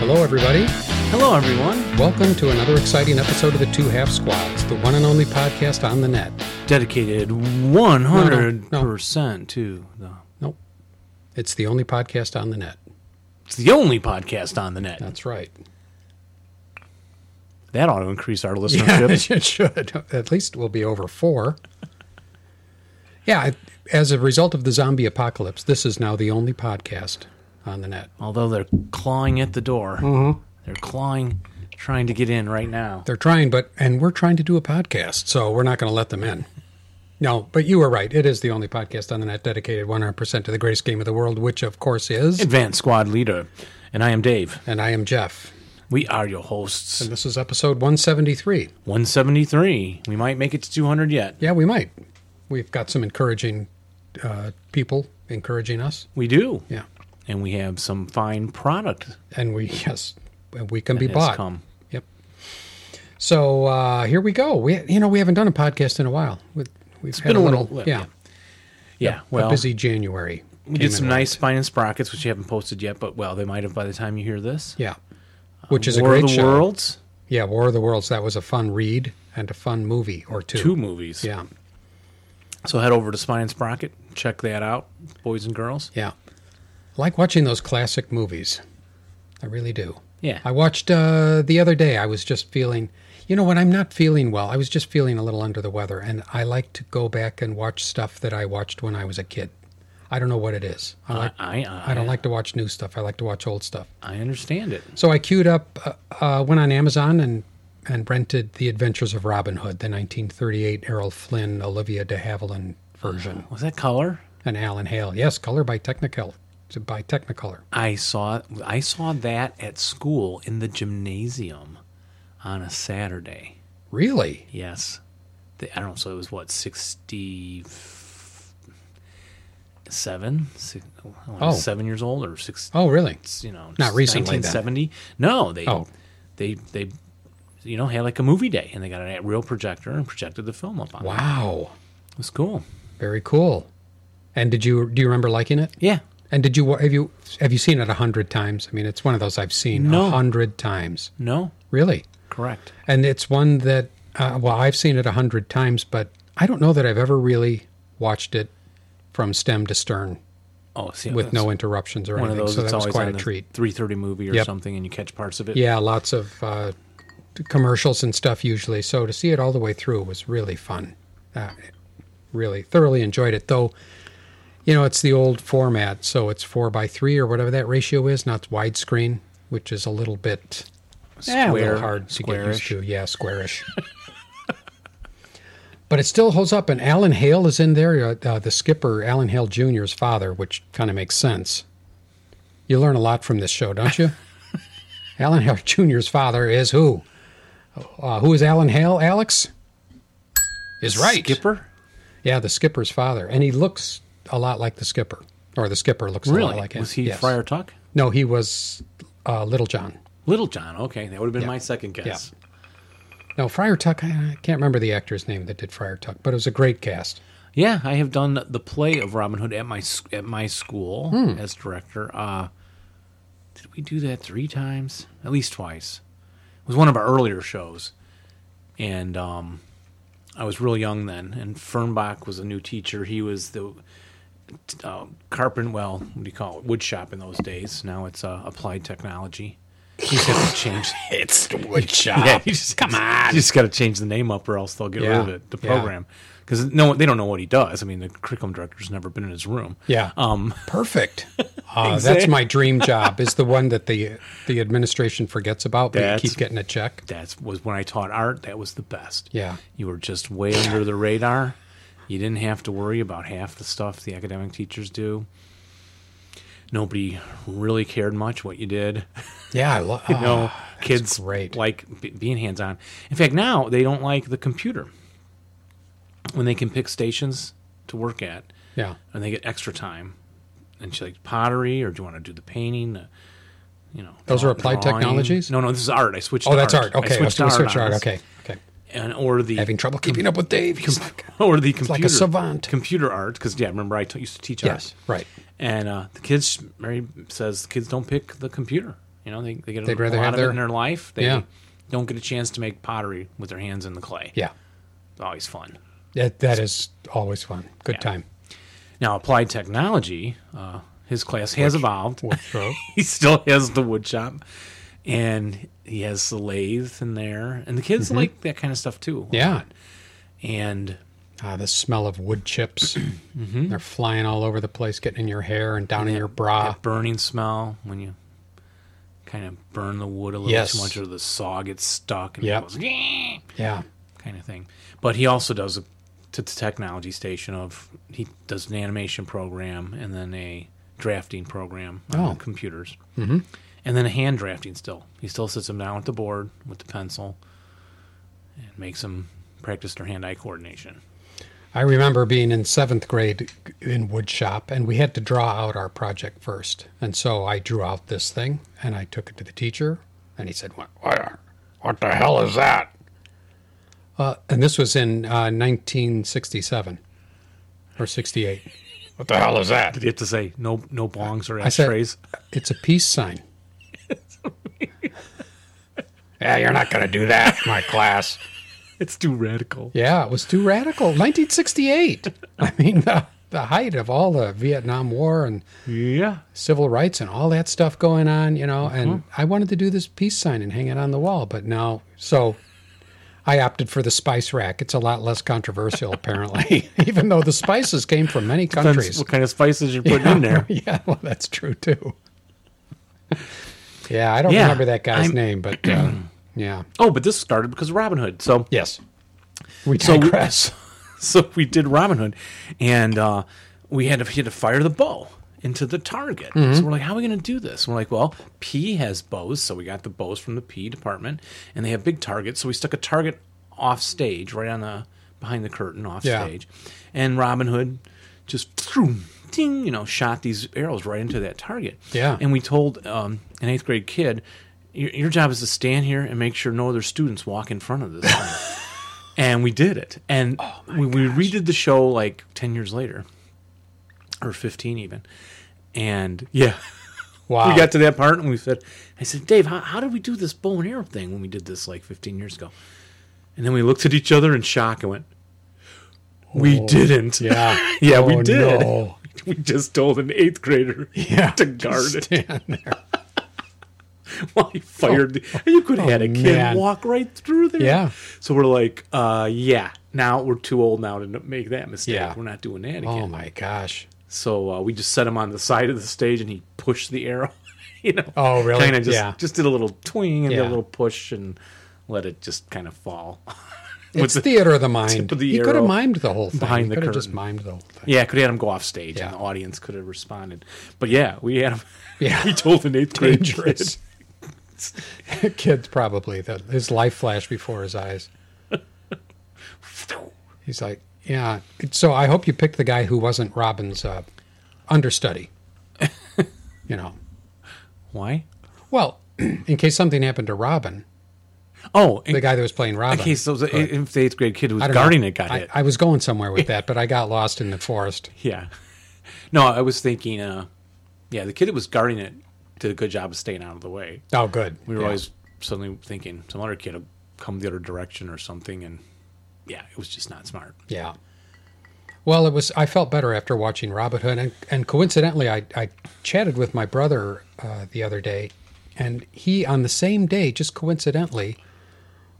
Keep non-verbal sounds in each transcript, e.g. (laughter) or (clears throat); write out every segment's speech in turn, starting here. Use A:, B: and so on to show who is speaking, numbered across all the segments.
A: Hello, everybody.
B: Hello, everyone.
A: Welcome to another exciting episode of the Two Half Squads, the one and only podcast on the net.
B: Dedicated 100% to the.
A: Nope. It's the only podcast on the net.
B: It's the only podcast on the net.
A: That's right.
B: That ought to increase our
A: Yeah,
B: listenership.
A: (laughs) it should. At least we'll be over four. Yeah, I- as a result of the zombie apocalypse, this is now the only podcast on the net.
B: (laughs) Although they're clawing at the door.
A: Mm-hmm.
B: They're clawing, trying to get in right now.
A: They're trying, but, and we're trying to do a podcast, so we're not going to let them in. No, but you were right. It is the only podcast on the net dedicated 100% to the greatest game of the world, which, of course, is.
B: Advanced Squad Leader. And I am Dave.
A: And I am Jeff.
B: We are your hosts.
A: And this is episode 173.
B: 173. We might make it to 200 yet.
A: Yeah, we might. We've got some encouraging uh, people encouraging us.
B: We do.
A: Yeah.
B: And we have some fine product
A: And we, (laughs) yes, we can be
B: that's
A: bought.
B: come.
A: Yep. So uh, here we go. We, you know, we haven't done a podcast in a while. We, we've had
B: been
A: a
B: a
A: little,
B: little-
A: yeah,
B: yeah. Yeah, well,
A: a busy January.
B: we
A: came
B: did
A: in
B: some
A: with.
B: nice Spine and Sprockets, which you haven't posted yet, but well, they might have by the time you hear this.
A: yeah, which is
B: War
A: a great
B: of the
A: show.
B: Worlds,
A: Yeah, War of the Worlds. That was a fun read and a fun movie or two.
B: two movies.
A: Yeah,
B: So head over to Spine and Sprocket, check that out, boys and girls.
A: yeah. I like watching those classic movies. I really do.
B: Yeah,
A: I watched uh, the other day. I was just feeling, you know, when I'm not feeling well, I was just feeling a little under the weather, and I like to go back and watch stuff that I watched when I was a kid. I don't know what it is. I like,
B: I,
A: I don't like to watch new stuff. I like to watch old stuff.
B: I understand it.
A: So I queued up, uh, uh, went on Amazon and and rented The Adventures of Robin Hood, the 1938 Errol Flynn, Olivia de Havilland version,
B: Was that color?
A: and Alan Hale. Yes, color by Technicolor. By Technicolor.
B: I saw I saw that at school in the gymnasium on a Saturday.
A: Really?
B: Yes, the, I don't know. So it was what sixty seven, six, I
A: Oh.
B: was seven years old or six.
A: Oh, really?
B: You know,
A: Not recently, then.
B: 1970. No, they
A: Oh.
B: they they you know had like a movie day and they got a real projector and projected the film up on. it.
A: Wow.
B: It was cool.
A: Very cool. And did you do you remember liking it?
B: Yeah.
A: And did you have you have you seen it a hundred times? I mean, it's one of those I've seen a
B: No.
A: hundred times,
B: No.
A: really.
B: Correct.
A: And it's one that uh, well, I've seen it a hundred times, but I don't know that I've ever really watched it from stem to stern
B: Oh, see,
A: with
B: that's
A: no interruptions or
B: one of
A: anything.
B: those.
A: So
B: that's
A: that was
B: always
A: quite
B: on
A: a
B: the
A: treat.
B: 3:30 movie or
A: Yep.
B: something, and you catch parts of it.
A: Yeah, lots of uh, commercials and stuff usually. So to see it all the way through was really fun. Uh, really thoroughly enjoyed it, though. You know, it's the old format, so it's four by three or whatever that ratio is, not widescreen, which is a little bit eh, a little hard to get used
B: squarish.
A: to. Yeah, squarish. (laughs) but it still holds up, and Alan Hale is in there, uh, uh, the skipper, Alan Hale Jr.'s father, which kind of makes sense. You learn a lot from this show, don't you? Alan Hale (laughs) Jr.'s father is who? Uh, who is Alan Hale? Alex is right.
B: Skipper.
A: Yeah, the skipper's father, and he looks a lot like the skipper, or the skipper looks a
B: Really?
A: lot like him.
B: was he
A: Yes.
B: Friar Tuck?
A: No, he was uh, Little John.
B: Little John. Okay, that would have been my second guess.
A: No, Friar Tuck. I I can't remember the actor's name that did Friar Tuck, but it was a great cast.
B: Yeah, I have done the play of Robin Hood at my s- at my school as director. Uh, did we do that three times? At least twice. It was one of our earlier shows, and um, I was real young then. And Fernbach was a new teacher. He was the t- uh, carpent. Well, what do you call it? Wood shop in those days. Now it's uh, applied technology. You just have to (laughs) change.
A: It's the wood shop.
B: Yeah, (laughs) you just come on. You just got to change the name up, or else they'll get
A: Yeah,
B: rid of it. The
A: yeah.
B: program, because no, they don't know what he does. I mean, the curriculum director's never been in his room.
A: Yeah.
B: Um. (laughs)
A: Perfect. Uh, That's my dream job. Is the one that the the administration forgets about, but
B: That's-
A: you keep getting a check.
B: That was when I taught art. That was the best.
A: Yeah.
B: You were just way under the radar. You didn't have to worry about half the stuff the academic teachers do. Nobody really cared much what you did. (laughs)
A: Yeah. I lo- uh,
B: You know, kids
A: Ah, great.
B: like b- being hands on. In fact, now they don't like the computer when they can pick stations to work at.
A: yeah.
B: and they get extra time. And she like pottery, or do you want to do the painting? The, you know,
A: Those
B: draw-
A: are applied
B: drawing?
A: technologies?
B: No, no, this is art. I switched.
A: Oh,
B: to
A: that's art. Okay.
B: I
A: I was
B: switched
A: gonna
B: to
A: switch to
B: on
A: art.
B: this.
A: Okay. Okay.
B: And or the
A: Having trouble keeping up with Dave. He's like,
B: (laughs) or the computer
A: like a savant.
B: computer art because yeah, remember I t- used to teach
A: yes.
B: art.
A: Right.
B: And uh, the kids, Mary says the kids don't pick the computer. You know, they, they get a,
A: They'd rather
B: lot
A: have
B: of it
A: their-
B: in their life. They
A: Yeah.
B: don't get a chance to make pottery with their hands in the clay.
A: Yeah.
B: It's always fun.
A: That, that is always fun. Good
B: Yeah.
A: time.
B: Now, applied technology, uh, his class has evolved.
A: Wardrobe.
B: (laughs) he still has the wood shop and he has the lathe in there and the kids like that kind of stuff too
A: (laughs) Mm-hmm. yeah.
B: and
A: Ah, the smell of wood
B: (clears throat)
A: chips.
B: Mm-hmm.
A: They're flying all over the place, getting in your hair and down in your bra.
B: that burning smell when you kind of burn the wood a little
A: Yes.
B: too much or the saw gets stuck and
A: Yep.
B: it goes "Yeah,"
A: Yeah.
B: kind of thing but he also does a to the technology station of he does an animation program and then a drafting program on
A: Oh.
B: computers mm-hmm. and then a hand drafting still he still sits them down with the board with the pencil and makes them practice their hand-eye coordination
A: I remember being in seventh grade in wood shop, and we had to draw out our project first. And so I drew out this thing, and I took it to the teacher, and he said, "What? What, what the hell is that?" Uh, and this was in uh, 1967 or 68.
C: What the hell is that?
B: did he have to say no no bongs or
A: I said-
B: ashtrays
A: It's a peace sign.
C: (laughs) Yeah, you're not going to do that, my class.
B: (laughs) it's too radical
A: Yeah, it was too radical. 1968. I mean, the, the height of all the Vietnam War and
B: yeah
A: civil rights and all that stuff going on, you know.
B: Uh-huh.
A: And I wanted to do this peace sign and hang it on the wall, but no. So I opted for the spice rack. It's a lot less controversial, apparently, (laughs) even though the spices came from many
B: Depends
A: countries.
B: what kind of spices you're putting in there
A: (laughs) yeah, well, that's true too. yeah, I don't
B: Yeah,
A: remember that guy's
B: I'm-
A: name, but uh, (clears throat) yeah,
B: oh but this started because of robin hood so
A: yes, we
B: So-
A: digress.
B: so we did Robin Hood, and uh, we had to, he had to fire the bow into the target.
A: Mm-hmm.
B: So we're like, how are we going to do this? And we're like, well, P has bows, so we got the bows from the P department, and they have big targets, so we stuck a target off stage, right on the behind the curtain, off
A: Yeah.
B: stage, and Robin Hood just throom, ding, you know, shot these arrows right into that target.
A: Yeah.
B: and we told um, an eighth grade kid. Your, your job is to stand here and make sure no other students walk in front of this thing
A: (laughs)
B: and we did it. And
A: Oh
B: we, we redid the show like ten years later, or fifteen even. And yeah,
A: wow,
B: (laughs) we got to that part, and we said, "I said, Dave, how, how did we do this bow and arrow thing when we did this like fifteen years ago?" And then we looked at each other in shock and went, "We didn't.
A: Oh, (laughs) yeah,
B: (laughs) yeah,
A: Oh,
B: we did.
A: no.
B: (laughs)
A: (laughs)
B: We just told an eighth grader
A: Yeah,
B: to guard it
A: Stand (laughs) there.
B: (laughs) while he fired. the, and you could have had a kid
A: Oh, man.
B: walk right through there.
A: Yeah.
B: So we're like, uh, yeah. Now we're too old now to n- make that mistake.
A: Yeah.
B: We're not doing that again.
A: Oh my gosh.
B: So uh, we just set him on the side of the stage, and he pushed the arrow. (laughs) you know.
A: Oh, really?
B: Kind of just
A: Yeah.
B: just did a little twing and did a
A: Yeah.
B: little push and let it just kind of fall. (laughs)
A: It's theater of the mind.
B: tip of the
A: he could have
B: arrow
A: mimed the whole thing.
B: behind
A: he
B: the
A: could have just
B: curtain.
A: mimed the whole thing.
B: yeah, could have had him go off stage,
A: Yeah.
B: and the audience could have responded. But yeah, we had him.
A: (laughs)
B: (laughs)
A: Yeah.
B: we told an eighth grade
A: (laughs)
B: kid. (laughs)
A: Dangerous. Kid's probably the, his life flashed before his eyes. He's like, yeah. So I hope you picked the guy who wasn't Robin's uh, (laughs) understudy. you know,
B: Why?
A: well, (clears throat) in case something happened to Robin,
B: Oh, in,
A: the guy that was playing Robin.
B: in case those if the eighth grade kid
A: I
B: who was
A: don't know.
B: guarding it got
A: I,
B: hit.
A: I was going somewhere with that, but I got lost in the forest.
B: Yeah. (laughs) No, I was thinking, uh, yeah, the kid that was guarding it did a good job of staying out of the way.
A: (laughs) Oh, good.
B: We were
A: Yeah.
B: always suddenly thinking some other kid will come the other direction or something. And yeah, it was just not smart.
A: Yeah. Well, it was. I felt better after watching Robin Hood, and, and coincidentally, I, I chatted with my brother uh, the other day, and he on the same day, just coincidentally,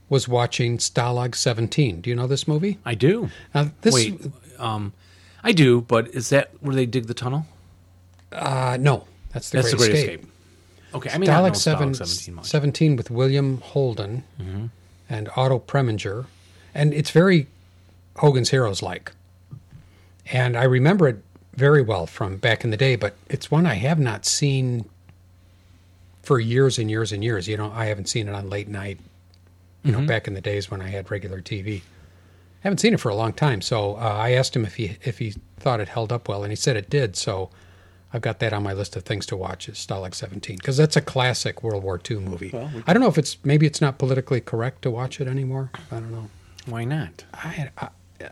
A: was watching Stalag 17. Do you know this movie?
B: I do.
A: Now, this
B: Wait, um, I do, but is that where they dig the tunnel?
A: uh, no, that's the
B: That's
A: Great,
B: the Great
A: Escape.
B: Escape. Okay, I mean, I know
A: Dalek 7,
B: Stalag 17 much. Mm-hmm.
A: 17 with William Holden and Otto Preminger. And it's very Hogan's Heroes like. And I remember it very well from back in the day, but it's one I have not seen for years and years and years. You know, I haven't seen it on late night, you
B: Mm-hmm.
A: know, back in the days when I had regular TV. haven't seen it for a long time. So uh, I asked him if he if he thought it held up well, and he said it did. So I've got that on my list of things to watch is Stalag 17 because that's a classic World War II movie. I don't know if it's maybe it's not politically correct to watch it anymore. I don't know.
B: Why not? (laughs)
A: I, I
B: uh,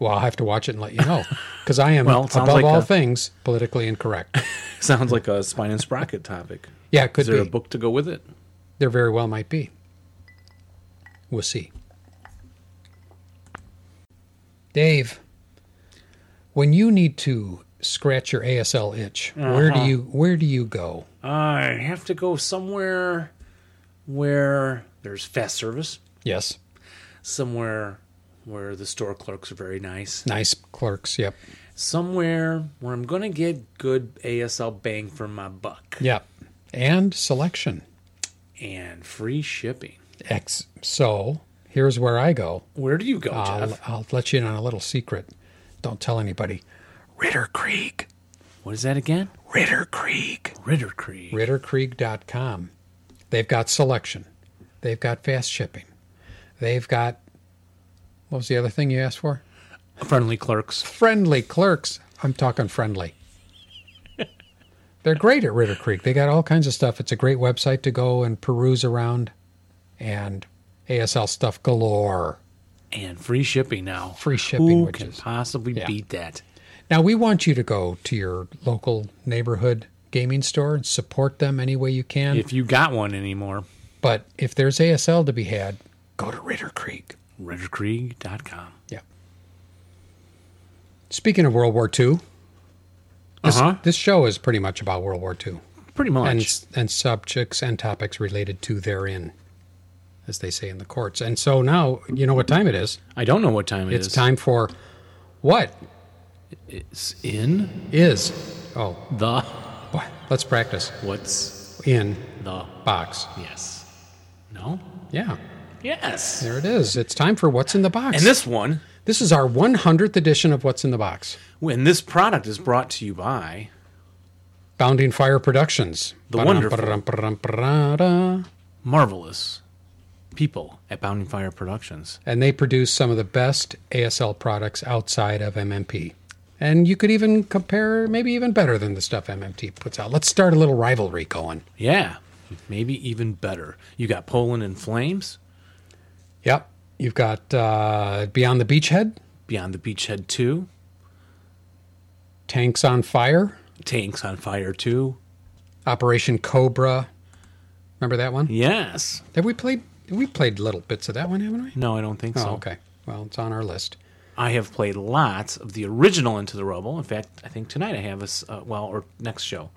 A: well, I'll have to watch it and let you know because I am
B: (laughs) Well, it sounds
A: above
B: like
A: all
B: a-
A: things politically incorrect.
B: Sounds like a spine and sprocket topic.
A: Yeah, it could
B: Is there
A: be.
B: a book to go with it?
A: There very well might be. We'll see. Dave, when you need to scratch your ASL itch, where do you where do you go?
B: I have to go somewhere where there's fast service,
A: Yes.
B: somewhere where the store clerks are very nice,
A: Nice clerks, yep.
B: somewhere where I'm going to get good ASL bang for my buck
A: Yep. And selection.
B: and free shipping.
A: X so here's where I go.
B: Where do you go,
A: I'll,
B: Jeff?
A: I'll let you in on a little secret. Don't tell anybody. Ritter Creek.
B: What is that again?
A: Ritter Creek.
B: Ritter Creek.
A: RitterCreek.com. They've got selection. They've got fast shipping. They've got what was the other thing you asked for?
B: Friendly clerks.
A: Friendly clerks. I'm talking friendly. (laughs) They're great at Ritter Creek. They got all kinds of stuff. It's a great website to go and peruse around and ASL stuff galore.
B: And free shipping now.
A: Free shipping,
B: Who
A: which
B: can
A: is-
B: possibly beat that?
A: Now, we want you to go to your local neighborhood gaming store and support them any way you can.
B: If you got one anymore,
A: but if there's ASL to be had, go to Ritter Creek.
B: RitterCreek.com.
A: Yeah. Speaking of World War II,
B: Uh huh.
A: this show is pretty much about World War II
B: Pretty much.
A: and and subjects and topics related to therein, as they say in the courts. And so now you know what time it is.
B: I don't know what time it
A: It's
B: is.
A: time for what
B: It's in
A: is oh
B: the
A: boy, let's practice
B: what's
A: in
B: the
A: box.
B: yes. No?
A: Yeah,
B: Yes.
A: there it is. It's time for what's in the box.
B: And this one,
A: this is our 100th edition of what's in the box.
B: when this product is brought to you by
A: Bounding Fire Productions.
B: The wonderful-
A: Ba-dum-ba-dum-ba-dum-ba-da.
B: marvelous people at Bounding Fire Productions.
A: and they produce some of the best ASL products outside of MMP. And you could even compare, maybe even better than the stuff MMT puts out. Let's start a little rivalry going.
B: Yeah. Maybe even better. You got Poland in Flames,
A: Yep. You've got uh, Beyond the Beachhead,
B: Beyond the Beachhead 2,
A: Tanks on Fire,
B: Tanks on Fire 2.
A: Operation Cobra. Remember that one?
B: Yes.
A: Have we played? We played little bits of that one, haven't we?
B: No, I don't think
A: Oh,
B: so.
A: okay. Well, it's on our list.
B: I have played lots of the original Into the Rubble. In fact, I think tonight I have a s- uh, well, or next show,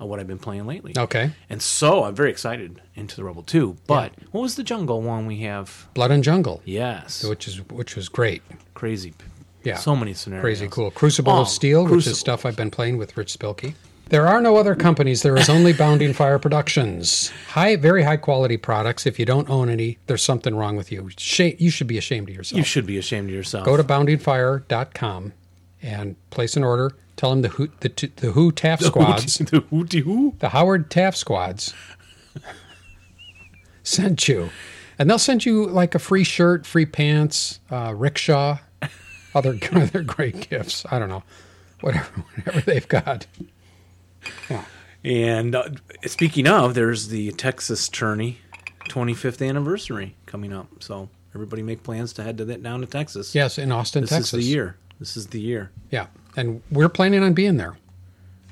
B: uh, what I've been playing lately.
A: Okay.
B: And so I'm very excited Into the Rubble too. But what was the jungle one we have?
A: Blood and Jungle,
B: Yes,
A: which is which was great.
B: crazy. p-
A: Yeah.
B: so many scenarios.
A: Crazy cool. Crucible of
B: Oh,
A: Steel, which
B: Crucible.
A: is stuff I've been playing with Rich Spilkey. There are no other companies. There is only Bounding Fire Productions. High, very high quality products. If you don't own any, there's something wrong with you. Shame, you should be ashamed of yourself.
B: You should be ashamed of yourself. (laughs)
A: Go to boundingfire.com and place an order. Tell them the who, the, t- the who Taft squads,
B: the hooty hoo.
A: the Howard Taft squads (laughs) sent you, and they'll send you like a free shirt, free pants, uh, rickshaw, other (laughs) other great gifts. I don't know, whatever (laughs) whatever they've got.
B: And uh, speaking of, there's the Texas Tourney 25th anniversary coming up. So everybody make plans to head to that down to Texas.
A: Yes, in Austin,
B: this
A: Texas.
B: is the year. This is the year.
A: Yeah, and we're planning on being there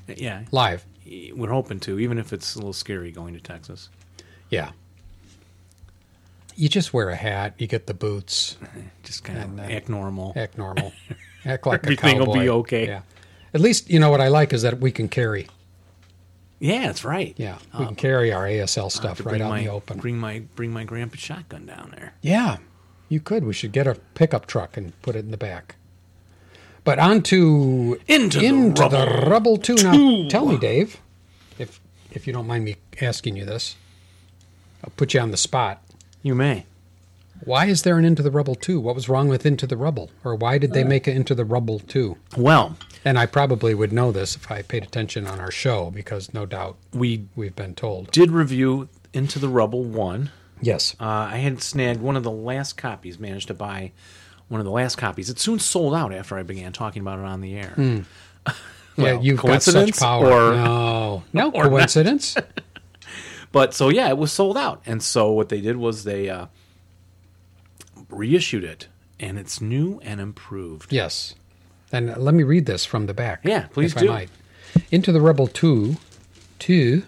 B: Yeah,
A: live.
B: we're hoping to, even if it's a little scary going to Texas.
A: Yeah. You just wear a hat. You get the boots.
B: Just kind
A: uh,
B: of act normal.
A: Act
B: (laughs)
A: normal. Act like
B: Everything
A: a
B: will
A: cowboy.
B: be okay.
A: Yeah. At least you know what I like is that we can carry.
B: Yeah, that's right.
A: Yeah, we can carry our ASL stuff right
B: bring
A: out
B: my,
A: in the open.
B: Bring my bring my grandpa's shotgun down there.
A: Yeah, you could. We should get a pickup truck and put it in the back. But on to
B: Into the
A: the
B: Rubble
A: rubble too. Now,
B: Two.
A: tell me, Dave, if if you don't mind me asking you this, I'll put you on the spot.
B: You may.
A: Why is there an Into the Rubble two? What was wrong with Into the Rubble, or why did they make it Into the Rubble two?
B: Well,
A: And I probably would know this if I paid attention on our show, because no doubt
B: we
A: we've been told.
B: did review Into the Rubble one.
A: Yes.
B: Uh, I had snagged one of the last copies. Managed to buy one of the last copies. It soon sold out after I began talking about it on the air.
A: Hmm. yeah,
B: well,
A: you've got such
B: coincidence
A: power.
B: or-
A: no, no
B: (laughs) or not.
A: coincidence.
B: But so yeah, it was sold out, and so what they did was they uh, reissued it, and it's new and improved.
A: Yes. And let me read this from the back.
B: Yeah, please
A: if I
B: do.
A: might. Into the Rebel 2, 2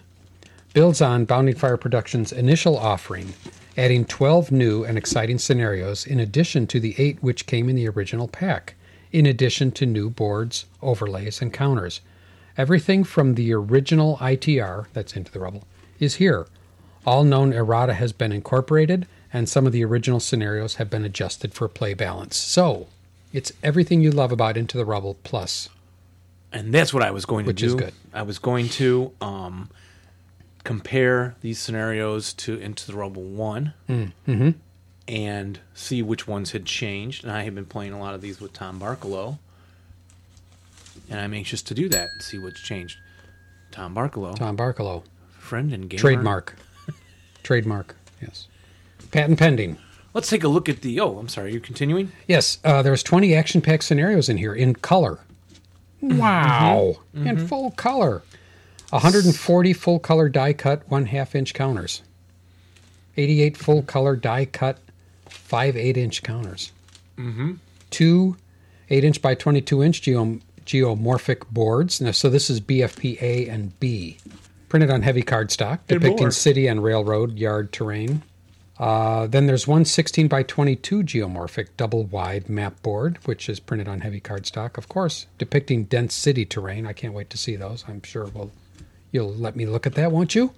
A: builds on Bounding Fire Productions' initial offering, adding 12 new and exciting scenarios in addition to the eight which came in the original pack, in addition to new boards, overlays, and counters. Everything from the original ITR, that's Into the Rubble, is here. All known errata has been incorporated, and some of the original scenarios have been adjusted for play balance. So, it's everything you love about Into the Rubble plus
B: and that's what I was going to
A: Which
B: do.
A: is good.
B: I was going to um, compare these scenarios to Into the Rubble One,
A: Mm, mm-hmm.
B: and see which ones had changed. And I have been playing a lot of these with Tom Barkalow, and I'm anxious to do that and see what's changed. Tom Barkalow,
A: Tom Barkalow.
B: friend and gamer.
A: Trademark. Trademark, yes. Patent pending.
B: Let's take a look at the. Oh, I'm sorry. You're continuing.
A: Yes, uh, there's 20 action pack scenarios in here in color. Wow. In full color. 140 full color die cut, one half inch counters. 88 full color die cut, five eight inch counters. Mm-hmm. Two 8 inch by 22 inch geom- geomorphic boards. Now, so this is BFP A and B. Printed on heavy cardstock, depicting
B: more.
A: city and railroad yard terrain. Uh, then there's one 16 by 22 geomorphic double wide map board, which is printed on heavy cardstock, of course, depicting dense city terrain. I can't wait to see those. I'm sure we'll, you'll let me look at that, won't you?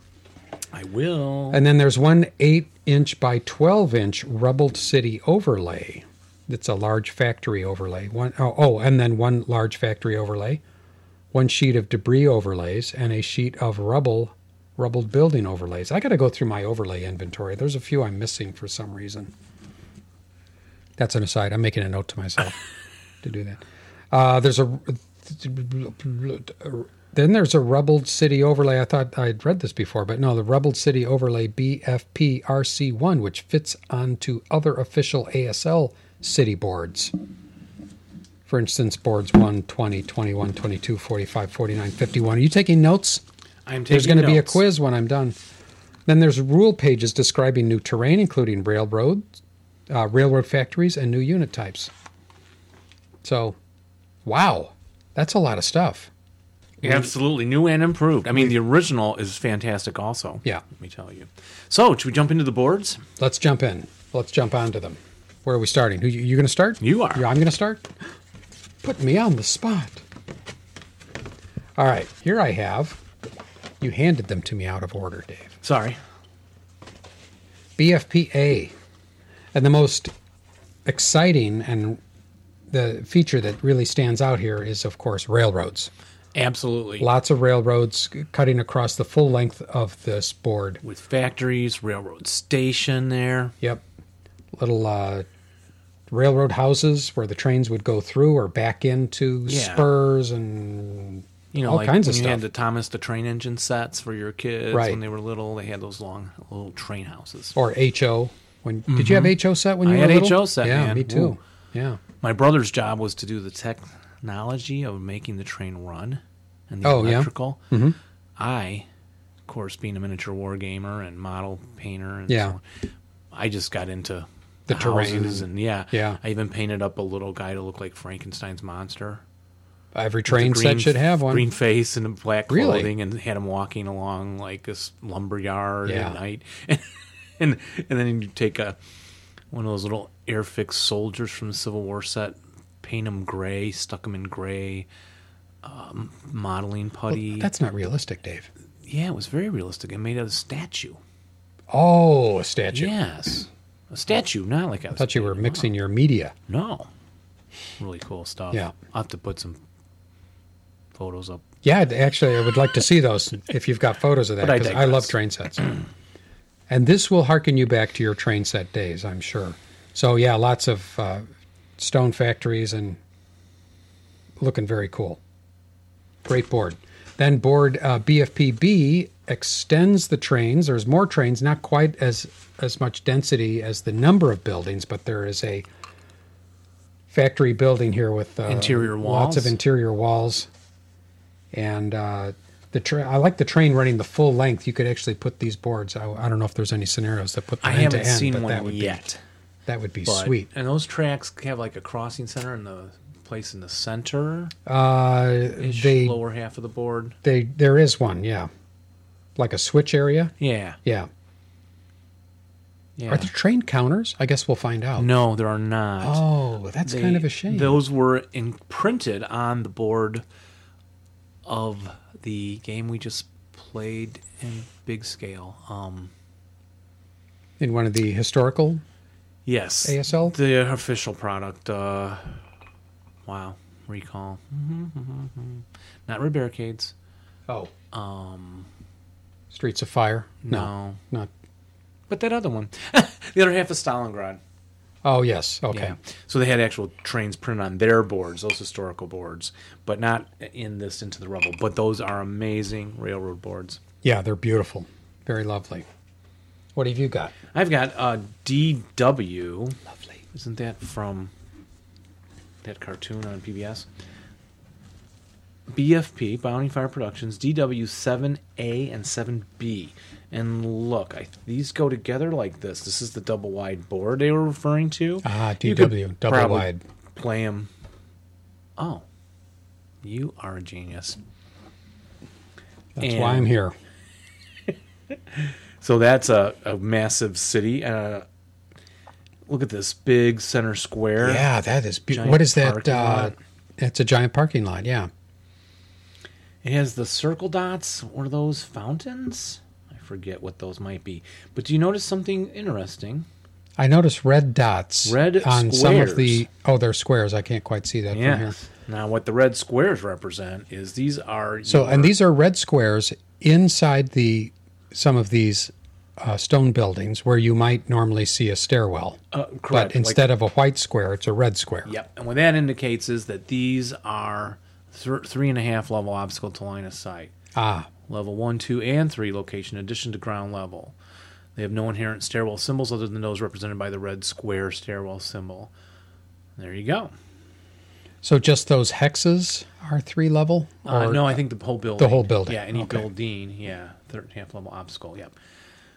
B: I will.
A: And then there's one 8 inch by 12 inch rubbled city overlay. That's a large factory overlay. One, oh, oh, and then one large factory overlay, one sheet of debris overlays, and a sheet of rubble, rubbled building overlays. I got to go through my overlay inventory. There's a few I'm missing for some reason. That's an aside. I'm making a note to myself to do that. Uh, there's a then there's a rubbled city overlay. I thought I'd read this before, but no, the rubbled city overlay BFP RC1, which fits onto other official ASL city boards. For instance, boards 1, 20, 21, 22, 45, 49, 51. Are you taking notes?
B: I'm taking.
A: There's going to be a
B: notes.
A: quiz when I'm done. Then there's rule pages describing new terrain, including railroad, uh, railroad factories, and new unit types. So, wow, that's a lot of stuff.
B: Absolutely new and improved. I mean, the original is fantastic, also.
A: Mm. Yeah.
B: let me tell you. So, should we jump into the boards?
A: Let's jump in. Let's jump onto them. Where are we starting? Who you, you going to start?
B: You are.
A: Yeah, I'm going to start. Put me on the spot. All right, here I have. You handed them to me out of order, Dave.
B: Sorry.
A: BFPA. And the most exciting and the feature that really stands out here is, of course, railroads.
B: Absolutely.
A: Lots of railroads cutting across the full length of this board.
B: With factories, railroad station there.
A: Yep. Little uh, railroad houses where the trains would go through or back into
B: Yeah.
A: spurs and
B: You know,
A: All
B: like
A: kinds
B: when
A: of
B: you had
A: stuff.
B: the Thomas the train engine sets for your kids
A: Right.
B: when they were little. They had those long little train houses.
A: or HO. When did you have HO set when you
B: Mm-hmm. I
A: were
B: had
A: little?
B: HO set,
A: Yeah,
B: man.
A: me too.
B: Ooh.
A: Yeah.
B: My brother's job was to do the technology of making the train run and the
A: Oh, yeah?
B: electrical. Mm-hmm. I, of course, being a miniature war gamer and model painter, and
A: Yeah.
B: so on, I just got into
A: The terrain
B: houses and yeah,
A: yeah.
B: I even painted up a little guy to look like Frankenstein's monster.
A: Every
B: the
A: train set should have one.
B: Green face and black
A: Really?
B: clothing, and had him walking along like this lumber yard
A: Yeah.
B: at night, (laughs) and, and then you take a one of those little airfix soldiers from the Civil War set, paint him gray, stuck him in gray, um, modeling putty.
A: That's not realistic, Dave.
B: yeah, it was very realistic. I made out a statue.
A: Oh, a statue.
B: Yes, a statue, not like I was
A: thought you were
B: painting.
A: mixing your media.
B: No, really cool stuff.
A: Yeah.
B: I'll have to put some photos up.
A: Yeah, I'd- actually, I would like to see those if you've got photos of that.
B: But I
A: 'cause I love
B: digress.
A: train sets. and this will hearken you back to your train set days, I'm sure. So, yeah, lots of uh, stone factories and looking very cool. Great board. Then, board uh, BFPB extends the trains. There's more trains, not quite as, as much density as the number of buildings, but there is a factory building here with uh,
B: Interior
A: lots of
B: walls.
A: interior walls and uh, the tra- I like the train running the full length. You could actually put these boards. I, I don't know if there's any scenarios that put them
B: I
A: end to
B: haven't
A: end,
B: seen
A: but
B: one
A: that would
B: yet.
A: be that would be
B: but-
A: sweet.
B: And those tracks have like a crossing center and the place in the center,
A: Uh,
B: ish,
A: they
B: lower half of the board.
A: they there is one, yeah. like a switch area.
B: Yeah.
A: Yeah.
B: Yeah.
A: Are there train counters? I guess we'll find out.
B: no, there are not.
A: Oh, that's
B: They-
A: kind of a shame.
B: Those were imprinted on the board of the game we just played in big scale. Um,
A: In one of the historical.
B: yes,
A: ASL?
B: the official product. Uh, wow, recall. Mhm, mhm, mhm. Not red barricades.
A: Oh.
B: Um,
A: Streets of Fire. No,
B: no.
A: not.
B: but that other one, (laughs) the other half of Stalingrad.
A: Oh yes. Okay.
B: Yeah. So they had actual trains printed on their boards, those historical boards, but not in this Into the Rubble. But those are amazing railroad boards.
A: Yeah, they're beautiful. Very lovely. What have you got?
B: I've got uh, DW.
A: Lovely.
B: Isn't that from that cartoon on PBS? BFP, Bounty Fire Productions, DW7A and 7B. And look, I, these go together like this. This is the double wide board they were referring to.
A: Ah,
B: You could
A: DW, double
B: probably
A: wide.
B: Play them. Oh, you are a genius.
A: That's
B: And-
A: why I'm here.
B: So that's a, a massive city. Uh, look at this big center square.
A: Yeah, that is beautiful.
B: Giant
A: What is that?
B: parking
A: Uh,
B: lot.
A: it's a giant parking lot. Yeah.
B: It has the circle dots or those fountains. I forget what those might be. But do you notice something interesting?
A: I noticed red dots
B: Red
A: on some of
B: squares.
A: the. Oh, they're squares. I can't quite see that from here.
B: Now, what the red squares represent is these are
A: So,
B: your-
A: and these are red squares inside the some of these uh, stone buildings where you might normally see a stairwell,
B: uh,
A: but
B: correct, like-
A: instead of a white square, it's a red square.
B: Yep. And what that indicates is that these are th- three and a half level obstacle to line of sight.
A: Ah,
B: Level one, two, and three location, in addition to ground level. They have no inherent stairwell symbols other than those represented by the red square stairwell symbol. There you go.
A: so just those hexes are three level.
B: Uh,
A: Or-
B: no, I think the whole building.
A: whole building,
B: Yeah, any
A: okay.
B: building. Yeah, third half level obstacle. Yep.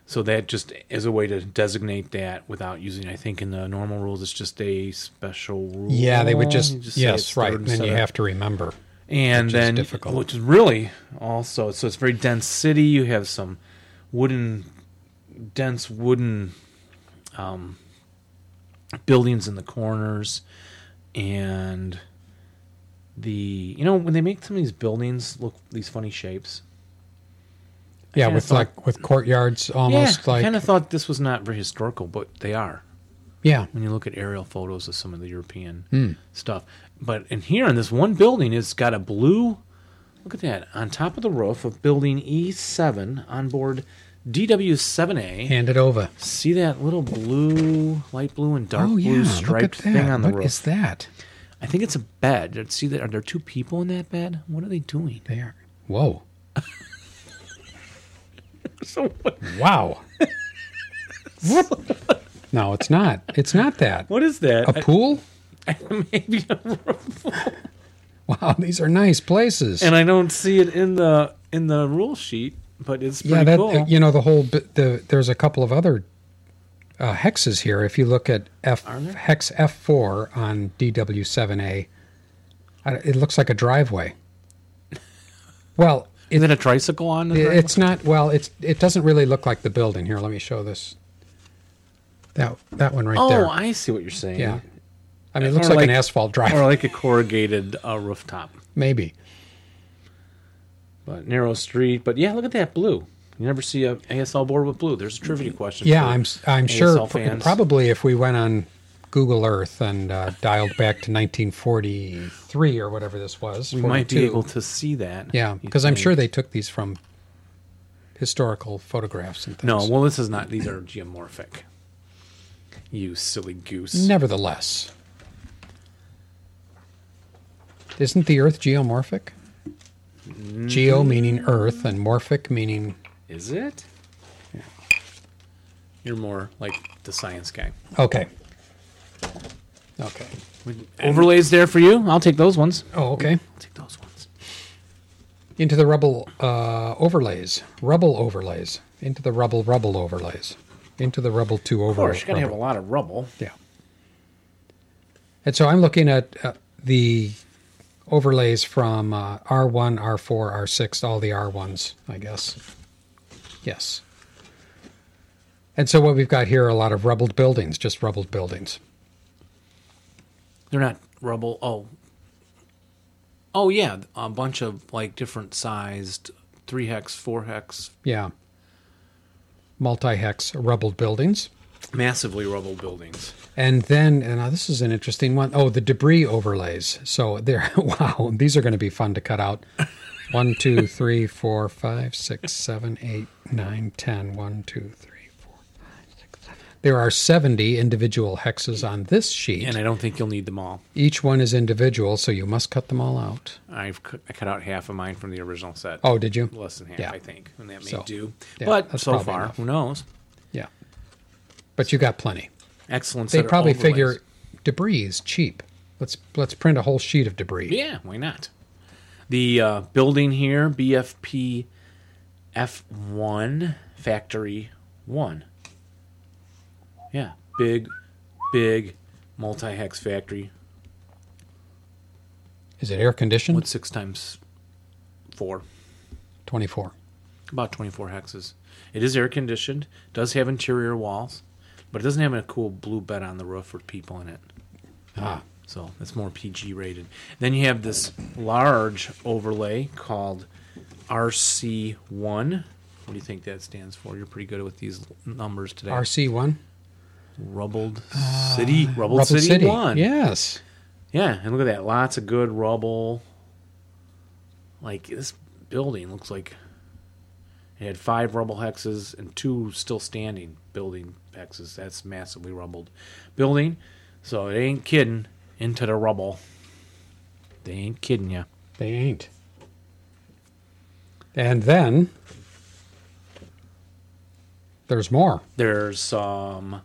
B: So that just is a way to designate that without using. I think in the normal rules, it's just a special rule.
A: Yeah, they would just,
B: You say
A: yes,
B: it's
A: right.
B: third
A: Then
B: instead
A: you
B: of-
A: have to remember.
B: and
A: which is
B: then
A: difficult.
B: which is really also so it's very dense city you have some wooden dense wooden um, buildings in the corners and the you know when they make some of these buildings look these funny shapes
A: Yeah,
B: kinda
A: with
B: thought-
A: like with courtyards almost
B: yeah, i
A: like
B: kind of thought this was not very historical but they are
A: yeah.
B: when you look at aerial photos of some of the European
A: Hmm.
B: stuff. But in here, in this one building, it's got a blue. Look at that on top of the roof of building E7 on board DW7A.
A: Hand it over.
B: See that little blue, light blue, and dark
A: oh yeah,
B: blue
A: look at
B: striped
A: that.
B: thing on the
A: What
B: roof.
A: is that?
B: I think it's a bed. See that? Are there two people in that bed? What are they doing? (laughs)
A: They are. Whoa!
B: So what, (laughs)
A: Wow. what? No, it's not. It's not that.
B: what is that?
A: A pool?
B: I- (laughs) maybe I'm wrong.
A: Wow, these are nice places.
B: and I don't see it in the in the rule sheet, but it's pretty
A: yeah, that
B: cool.
A: you know the whole bit- the there's a couple of other uh, hexes here. If you look at F
B: there?
A: hex F4 on DW7A, I- it looks like a driveway. Well,
B: is it a tricycle on? The
A: It-
B: ground?
A: It's not well. It's it doesn't really look like the building. Here, let me show this. That that one right
B: oh,
A: there.
B: I see what you're saying.
A: yeah. I mean, it looks
B: Or
A: like, an
B: like-
A: asphalt drive,
B: or like a corrugated uh, rooftop,
A: (laughs) maybe.
B: but narrow street. But yeah, look at that blue. You never see a ASL board with blue. There's a trivia question.
A: Yeah,
B: for
A: I'm s- I'm
B: ASL
A: sure. pr-
B: fans.
A: Probably if we went on Google Earth and uh, dialed back to 1943 or whatever this was,
B: we might be
A: 42.
B: able to see that.
A: Yeah,
B: you'd
A: because I'm
B: think.
A: sure they took these from historical photographs and things.
B: No, well, this is not. These are geomorphic. You silly goose.
A: Nevertheless, isn't the Earth geomorphic?
B: Mm.
A: Geo meaning Earth and morphic meaning
B: Is it? You're more like the science guy.
A: okay. Okay.
B: Overlays there for you. I'll take those ones.
A: Oh, okay.
B: I'll take those ones.
A: Into the rubble uh, overlays, rubble overlays, into the rubble rubble overlays, into the rubble two
B: Of
A: over.
B: course, you gotta have a lot of rubble.
A: Yeah. And so I'm looking at uh, the overlays from uh, R1, R4, R6, all the R1s, I guess. Yes. And so what we've got here are a lot of rubbled buildings, just rubbled buildings.
B: They're not rubble. Oh, oh yeah, a bunch of like different sized three hex, four hex,
A: Yeah. Multi hex rubbled buildings.
B: massively rubble buildings.
A: And then, and now this is an interesting one. Oh, the debris overlays. So there, (laughs) wow, these are going to be fun to cut out. One, two, three, four, five, six, seven, eight, nine, ten. One, two, three, four, five, six, seven. There are 70 individual hexes on this sheet.
B: And I don't think you'll need them all.
A: Each one is individual, so you must cut them all out.
B: I've cu- I cut out half of mine from the original set.
A: Oh, did you?
B: less than half,
A: yeah.
B: I think, and that may
A: So,
B: do.
A: yeah,
B: but
A: that's
B: so
A: probably
B: far,
A: enough.
B: who knows?
A: Yeah. But you got plenty.
B: Excellent.
A: They
B: set of
A: probably
B: overlays.
A: figure debris is cheap. Let's let's print a whole sheet of debris.
B: Yeah, why not? The uh, building here, BFP F1 Factory 1. Yeah, big, big multi hex factory.
A: Is it air conditioned?
B: What's six times four?
A: 24.
B: About 24 hexes. It is air conditioned, does have interior walls, but it doesn't have a cool blue bed on the roof with people in it.
A: Ah,
B: So it's more PG rated. Then you have this large overlay called RC1. What do you think that stands for? You're pretty good with these l- numbers today.
A: RC1?
B: Rubbled City. Rubbled,
A: Rubble
B: City,
A: Uh, City.
B: 1.
A: Yes.
B: Yeah, and look at that. Lots of good rubble. Like this building looks like it had five rubble hexes and two still standing building hexes. That's massively rubbled building. So it ain't kidding into the rubble. They ain't kidding you.
A: They ain't. And then there's more.
B: There's some.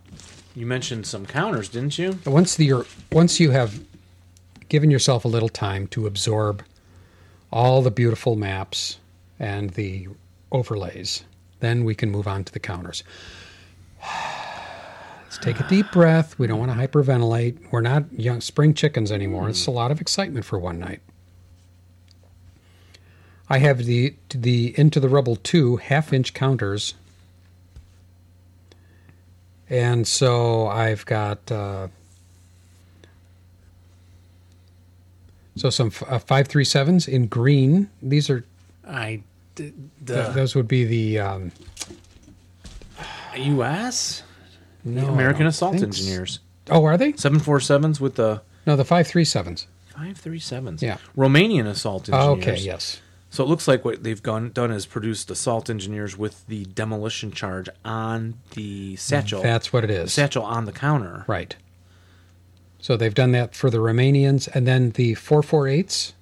B: You mentioned some counters, didn't you?
A: once the your once you have given yourself a little time to absorb all the beautiful maps and the overlays, then we can move on to the counters. (sighs) Let's take a deep breath. We don't want to hyperventilate. We're not young spring chickens anymore. It's a lot of excitement for one night. I have the the into the rubble two half inch counters, and so I've got uh, so some f- uh, five three sevens in green. These are
B: I. The,
A: th-
B: the
A: those would be the um,
B: U.S.
A: no, I
B: American
A: don't
B: Assault
A: think
B: Engineers.
A: s- Oh, are they?
B: 747s with the
A: No, the five three sevens.
B: Five three sevens.
A: Yeah. Oh,
B: Romanian assault engineers.
A: Okay, yes,
B: So it looks like what they've gone done is produced assault engineers with the demolition charge on the satchel.
A: that's what it Oh. is.
B: satchel on the counter.
A: Right. So they've done that for the Romanians, and then the four four eights.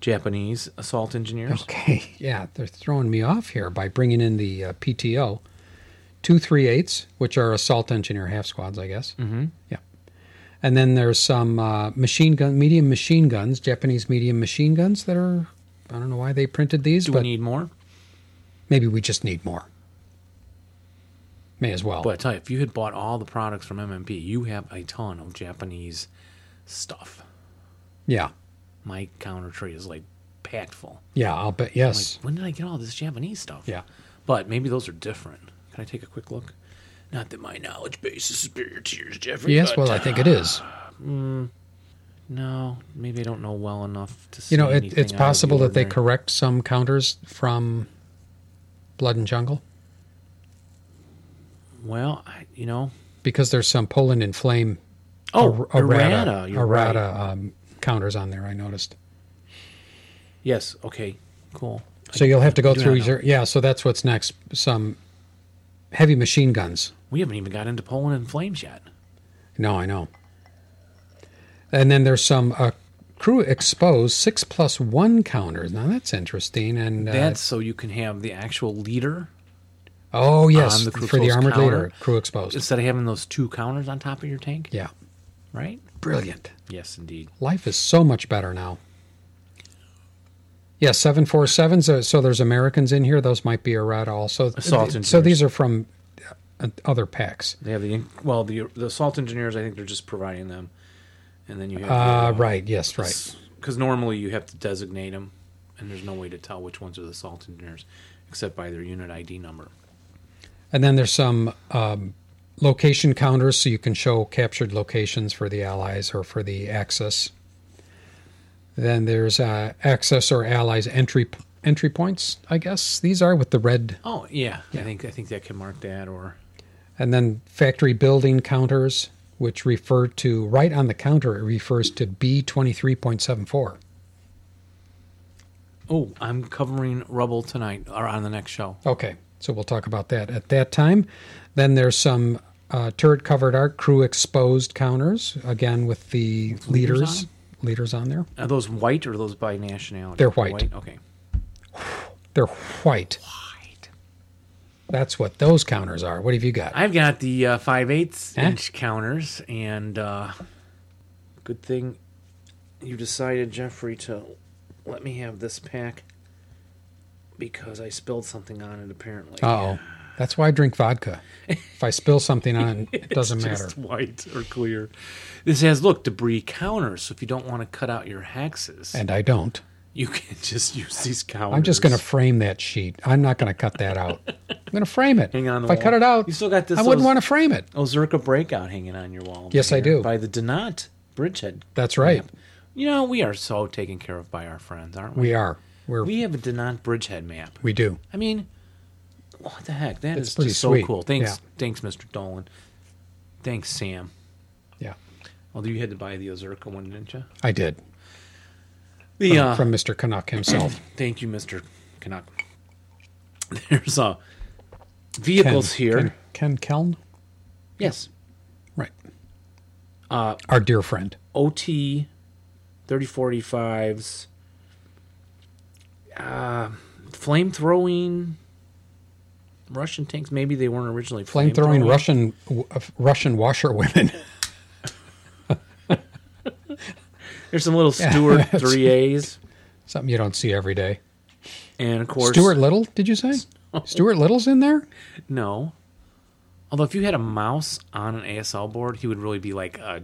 B: Japanese assault engineers.
A: Okay, (laughs) yeah, they're throwing me off here by bringing in the uh, PTO. Two three eights, which are assault engineer half squads, I guess. Mm-hmm. Yeah, and then there's some uh, machine gun, medium machine guns, Japanese medium machine guns that are. I don't know why they printed these,
B: Do
A: but
B: we need more?
A: maybe we just need more. May as well.
B: But I tell you, if you had bought all the products from MMP, you have a ton of Japanese stuff.
A: yeah,
B: My counter tray is like packed full.
A: yeah, I'll bet.
B: I'm like,
A: Yes,
B: when did I get all this Japanese stuff?
A: yeah.
B: But maybe those are different. Can I take a quick look? Not that my knowledge base is superior to yours, Jeffrey.
A: Yes,
B: but-
A: well, I think it
B: (sighs)
A: is.
B: No, maybe I don't know well enough to.
A: You know,
B: say
A: it,
B: anything
A: it's
B: out of the
A: possible that they
B: ordinary.
A: correct some counters from Blood and Jungle
B: Well, I, you know.
A: because there's some Poland in Flame
B: Oh,
A: errata,
B: errata. You're
A: errata,
B: right.
A: um, counters on there. I noticed.
B: Yes. Okay. Cool.
A: So you'll have to go
B: do
A: through
B: not know.
A: your yeah. So that's what's next. Some heavy machine guns.
B: We haven't even got into Poland in flames yet.
A: No, I know. And then there's some uh, crew exposed six plus one counters. Now that's interesting. And uh,
B: That's so you can have the actual leader
A: oh yes,
B: on the crew
A: for the
B: exposed
A: armored
B: counter.
A: leader, crew exposed.
B: instead of having those two counters on top of your tank,
A: Yeah,
B: right?
A: brilliant.
B: Yes, indeed.
A: Life is so much better now. Yeah, seven four sevens. uh, So there's Americans in here. Those might be errata also.
B: Assault
A: So
B: engineers.
A: these are from uh, other packs.
B: They have the well, the the assault engineers. I think they're just providing them, and then you have
A: Uh, right. Yes. Right.
B: Because normally you have to designate them, and there's no way to tell which ones are the assault engineers, except by their unit ID number.
A: And then there's some um, location counters so you can show captured locations for the allies or for the Axis. Then there's uh, Axis or allies entry entry points, I guess. These are with the red.
B: Oh yeah, I think I think that can mark that or
A: And then factory building counters, which refer to right on the counter, it refers to B23.74.
B: oh, I'm covering rubble tonight or on the next show.
A: Okay, so we'll talk about that at that time. Then there's some uh, turret covered art, crew exposed counters, again with the
B: leaders
A: leaders, leaders on there.
B: Are those white or are those by nationality?
A: They're white.
B: Okay.
A: They're white.
B: White.
A: That's what those counters are. What have you got?
B: I've got the uh, five eighths
A: Huh?
B: inch counters, and uh, good thing you decided, Jeffrey, to let me have this pack because I spilled something on it. Apparently,
A: Uh oh. That's why I drink vodka. If I spill something on, it doesn't
B: (laughs) It's
A: matter.
B: Just white or clear. This has look debris counters, so if you don't want to cut out your hexes,
A: And I don't.
B: you can (laughs) just use these counters.
A: I'm just going to frame that sheet. I'm not going to cut that out. I'm going to frame it.
B: Hang on
A: If
B: the
A: I cut
B: wall.
A: it out,
B: You still got this
A: I wouldn't
B: those-
A: want to frame it.
B: Ozerka breakout hanging on your wall.
A: Yes, I
B: there
A: do.
B: By the Donat Bridgehead.
A: That's right.
B: map. You know, we are so taken care of by our friends, aren't we?
A: We are. We're, we
B: We have a Denant Bridgehead map.
A: we do.
B: I mean, what the heck? That
A: It's
B: is
A: pretty
B: just so
A: sweet.
B: cool. Thanks,
A: Yeah.
B: thanks, Mr. Dolan. Thanks, Sam.
A: Yeah.
B: Although you had to buy the Ozerka one, didn't you?
A: I did.
B: The uh,
A: from Mr. Canuck
B: (clears throat)
A: himself.
B: thank you, Mister Canuck. (laughs) There's uh vehicles here.
A: Ken, Ken Keln,
B: Yes,
A: right? Uh, Our dear friend.
B: OT, 3045s, uh, flamethrowing Russian tanks. Maybe they weren't originally
A: Flamethrowing Russian w- uh, Russian washerwomen.
B: There's some little Stuart
A: (laughs) that's-
B: 3As.
A: (laughs) Something you don't see every day.
B: And of course,
A: Stuart Little, did you
B: (laughs)
A: say? Stuart Little's in there?
B: No. Although if you had a mouse on an ASL board, he would really be like a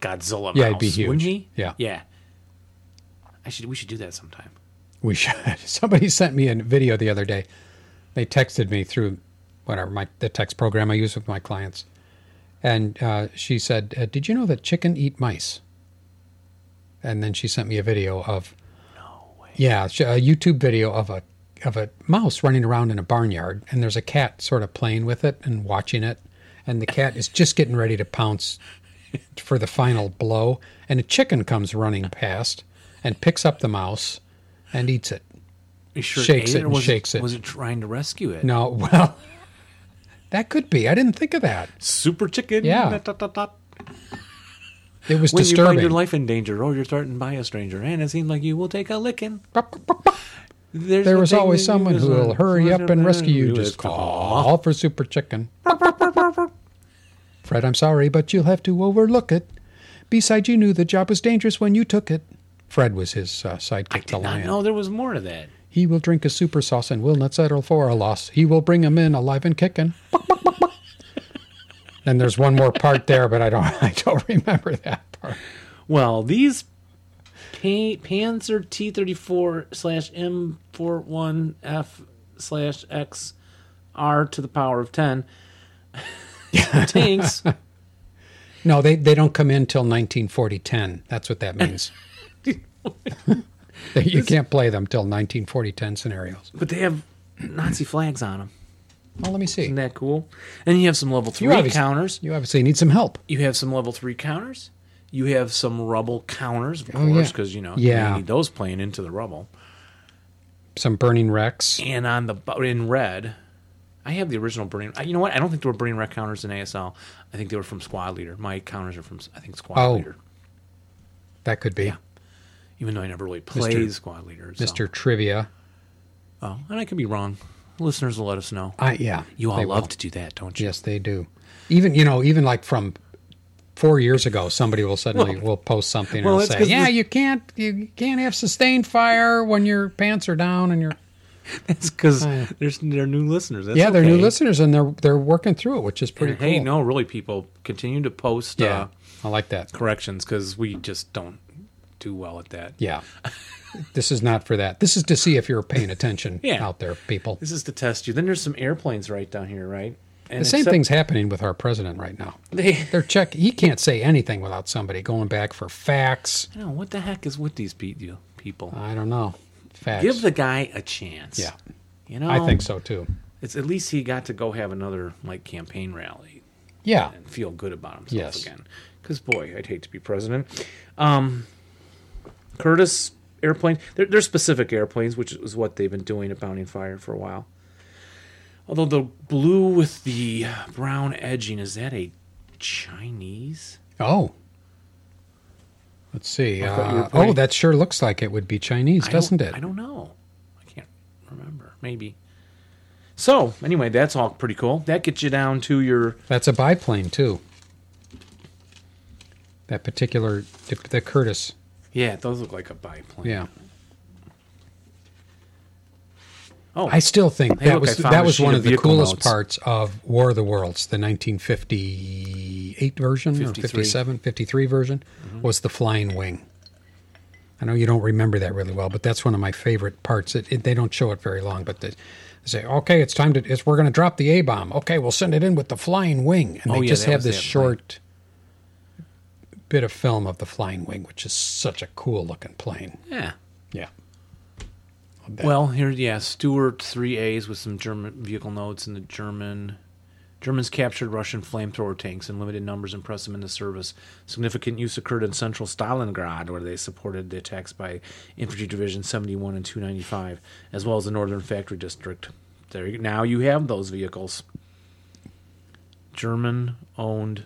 B: Godzilla
A: Yeah,
B: mouse,
A: he'd be
B: wouldn't
A: huge.
B: he?
A: Yeah.
B: Yeah. I should we should do that sometime.
A: We (laughs) should. Somebody sent me a video the other day. They texted me through whatever my the text program I use with my clients, and uh, she said, uh, "Did you know that chicken eat mice?" And then she sent me a video of, no way. yeah, sh- a YouTube video of a of a mouse running around in a barnyard, and there's a cat sort of playing with it and watching it, and the cat is just getting ready to pounce for the final blow, and a chicken comes running past and picks up the mouse and eats it.
B: You sure
A: Shakes
B: ate
A: it
B: or
A: and
B: was
A: shakes it.
B: Was it trying to rescue it?
A: No, (laughs) well, that could be. I didn't think of that.
B: Super chicken.
A: Yeah.
B: dot, dot, dot, dot.
A: It was
B: When you find
A: disturbing.
B: your life in danger or you're threatened by a stranger and it seems like you will take a licking. There's
A: there
B: a
A: was
B: thing
A: always
B: that you
A: someone
B: just
A: who will
B: want-
A: hurry up and rescue you.
B: You
A: Just
B: just call.
A: call for Super Chicken. Fred, I'm sorry, but you'll have to overlook it. Besides, you knew the job was dangerous when you took it. Fred was his uh, sidekick, the lion.
B: No, there was more to that.
A: He will drink a super sauce and will not settle for a loss. He will bring him in alive and
B: (laughs)
A: kicking. and there's one more part there, but I don't, (laughs) I don't remember that part.
B: Well, these pa- Panzer T thirty four slash M 41 F slash X R to the power
A: (laughs)
B: of ten tanks.
A: No, they, they don't come in till 1940 10. That's what that
B: (laughs)
A: means. you can't play them till 1940 10 scenarios.
B: But they have Nazi flags on them.
A: Well, let me see.
B: Isn't that cool? And you have some level
A: You
B: three
A: obviously-
B: counters.
A: You obviously need some help.
B: You have some level three counters. You have some rubble counters, of
A: Oh, yeah.
B: course, because you know
A: Yeah.
B: you need those playing into the rubble.
A: Some burning wrecks.
B: and on the bu- in red, I have the original Burning. I- You know what? I don't think there were Burning Wreck counters in ASL. I think they were from Squad Leader. My counters are from I think Squad
A: Oh.
B: Leader,
A: That could be.
B: even though I never really played Squad Leader. so-
A: Mr. Trivia.
B: Oh, and I could be wrong. Listeners will let us know.
A: I, yeah.
B: You all
A: they
B: love
A: will.
B: to do that, don't you?
A: Yes, they do. Even, you know, even like from four years ago, somebody will suddenly will post something
B: well,
A: and
B: it's
A: say,
B: 'cause
A: yeah,
B: this-
A: you can't, you can't have sustained fire when your pants are down and you're.
B: (laughs) It's because there's they're new listeners. That's
A: Oh, Yeah, they're new
B: okay.
A: listeners and they're they're working through it, which is pretty
B: And
A: cool.
B: Hey, no, really, people continue to post
A: Yeah,
B: uh,
A: I like that.
B: corrections because we just don't do well at that.
A: Yeah, This is not for that. This is to see if you're paying attention
B: (laughs) Yeah.
A: out there, people.
B: This is to test you. Then there's some airplanes right down here, right? And
A: The same
B: except-
A: thing's happening with our president right now.
B: (laughs) They,
A: They're check. He can't say anything without somebody going back for facts.
B: I know, what the heck is with these pe- you people?
A: I don't know. Facts.
B: Give the um, guy a chance.
A: Oh, yeah,
B: You know,
A: I think so too.
B: It's at least he got to go have another like campaign rally
A: Yeah,
B: and feel good about himself
A: Yes.
B: again. Because boy, I'd hate to be president. Um, Curtis airplane. They're, they're specific airplanes, which is what they've been doing at Bounty and Fire for a while. Although the blue with the brown edging is that a Chinese?
A: Oh. Let's see.
B: thought you were
A: Uh, oh,
B: pointing-
A: that sure looks like it would be Chinese,
B: I
A: doesn't
B: don't-
A: it?
B: I don't know. I can't remember. Maybe. So anyway, that's all pretty cool. That gets you down to your
A: That's a biplane too. That particular, the Curtis.
B: yeah. Those look like a biplane.
A: Yeah.
B: Oh,
A: I still think
B: Hey,
A: that
B: look, I
A: was
B: found
A: that
B: a
A: was
B: sheet
A: one
B: of
A: of the
B: vehicle
A: coolest
B: notes.
A: parts of War of the Worlds, the 1958 version
B: 53.
A: or 57, 53 version
B: Mm-hmm.
A: was the flying wing. I know you don't remember that really well, but that's one of my favorite parts. It, it, they don't show it very long, but they, they say, "Okay, it's time to it's, we're going to drop the A bomb. Okay, we'll send it in with the flying wing." And
B: Oh,
A: they
B: yeah,
A: just
B: that
A: have
B: was
A: this
B: that, right.
A: short bit of film of the flying wing, which is such a cool looking plane.
B: yeah.
A: Yeah. that.
B: Well, here, yeah, Stuart three A's with some German vehicle notes and the German. Germans captured Russian flamethrower tanks in limited numbers and pressed them into service. Significant use occurred in central Stalingrad, where they supported the attacks by Infantry Division 71 and 295, as well as the Northern Factory District. There, you- now you have those vehicles. German-owned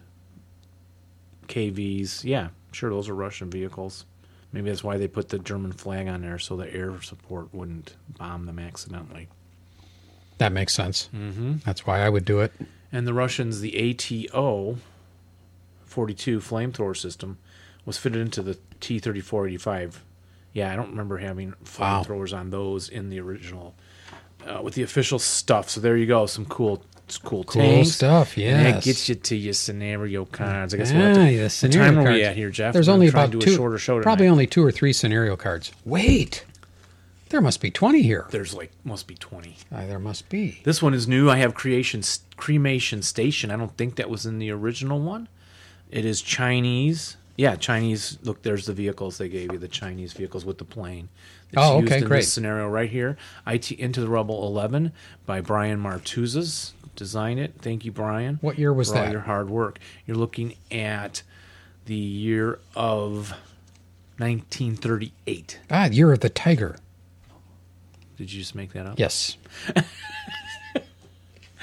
B: KVs. Yeah, sure, those are Russian vehicles. Maybe that's why they put the German flag on there so the air support wouldn't bomb them accidentally.
A: That makes sense. Mm-hmm. That's why I would do it.
B: And the Russians, the ATO 42 flamethrower system was fitted into the T 3485. Yeah, I don't remember having flamethrowers on those in the original uh, with the official stuff. So there you go, some cool,
A: Cool
B: cool, tanks.
A: stuff.
B: And
A: Yeah,
B: That gets you to your scenario cards. I guess
A: Yeah,
B: we'll have to,
A: the
B: what
A: Ah, scenario
B: time are
A: cards.
B: we at here, Jeff?
A: There's
B: I'm
A: only
B: trying
A: about
B: to do
A: two,
B: a shorter show
A: probably
B: tonight.
A: only two or three scenario cards. Wait, there must be 20 here.
B: There's like must be twenty.
A: Ah, there must be.
B: This one is new. I have creation cremation station. I don't think that was in the original one. It is Chinese. Yeah, Chinese. Look, there's the vehicles they gave you. The Chinese vehicles with the plane. That's
A: Oh, okay,
B: used in
A: great.
B: This scenario right here. IT into the rubble 11 by Brian Martuzas. Design it. Thank you, Brian.
A: What year was
B: for All
A: that?
B: your hard work. You're looking at the year of 1938.
A: Ah, Year of the Tiger.
B: Did you just make that up? (laughs)
A: Yes.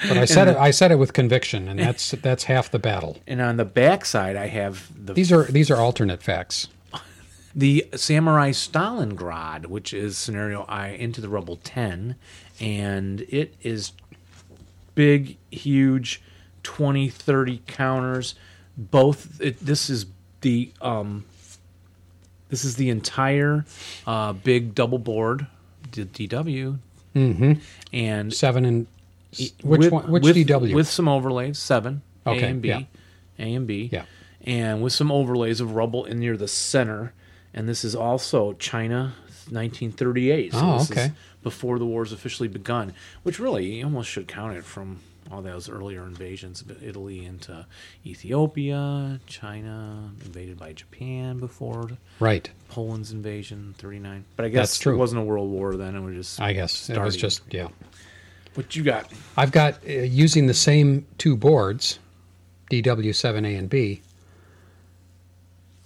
A: but I said it. I said it with conviction, and that's
B: (laughs)
A: that's half the battle.
B: And on the back side, I have the
A: These are these are alternate facts.
B: the Samurai Stalingrad, which is scenario I into the rubble 10, and it is big, huge 20, 30 counters. Both it, this is the um this is the entire uh big double board D- DW. Mm-hmm. And
A: Seven and which
B: with-
A: one? Which
B: with-
A: DW?
B: With some overlays, seven.
A: Okay,
B: A and B.
A: yeah.
B: A and B.
A: Yeah.
B: And with some overlays of rubble in near the center. And this is also China 1938. So
A: Oh,
B: this Is
A: okay.
B: before the war's officially begun, which really you almost should count it from all those earlier invasions of Italy into Ethiopia, China, invaded by Japan before
A: right.
B: Poland's invasion, 39. But I guess
A: That's true.
B: it wasn't a world war then. It was just.
A: I guess it was
B: starting.
A: just yeah.
B: What you got?
A: I've got uh, using the same two boards, DW7A and B,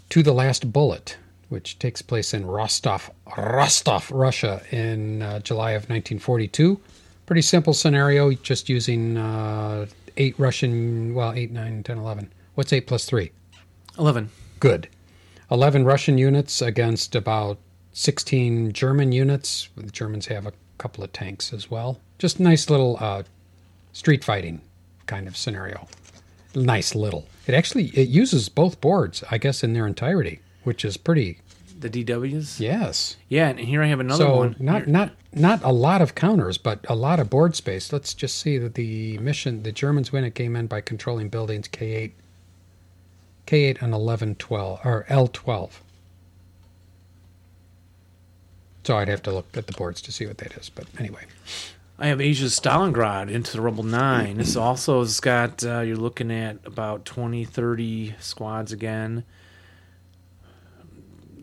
A: to the last bullet, which takes place in Rostov, Rostov, Russia, in uh, July of 1942. Pretty simple scenario, just using uh, eight Russian, well, eight, nine, 10, 11. What's eight plus three?
B: 11.
A: good. 11 Russian units against about 16 German units. The Germans have a couple of tanks as well. Just nice little uh, street fighting kind of scenario. Nice little. It actually it uses both boards, I guess, in their entirety, which is pretty.
B: The DWs?
A: Yes.
B: Yeah, and here I have another
A: so
B: one.
A: not not not a lot of counters, but a lot of board space. Let's just see that the mission the Germans win at game end by controlling buildings K eight K eight and eleven twelve or L twelve. So I'd have to look at the boards to see what that is. But anyway,
B: I have Asia's Stalingrad into the Rebel 9. This also has got, uh, you're looking at about 20, 30 squads again.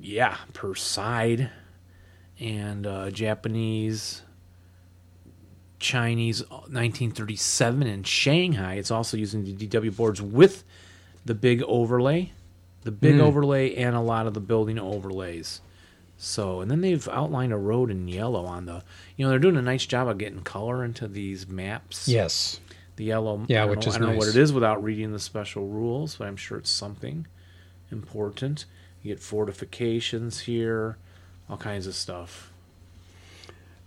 B: Yeah, per side. And uh, Japanese, Chinese, 1937 in Shanghai. It's also using the DW boards with the big overlay, the big overlay, and a lot of the building overlays. So, and then they've outlined a road in yellow on the, you know, they're doing a nice job of getting color into these maps.
A: yes,
B: The yellow.
A: Yeah,
B: I don't
A: which
B: know-
A: is
B: I don't know what
A: nice.
B: it is without reading the special rules, but I'm sure it's something important. You get fortifications here, all kinds of stuff.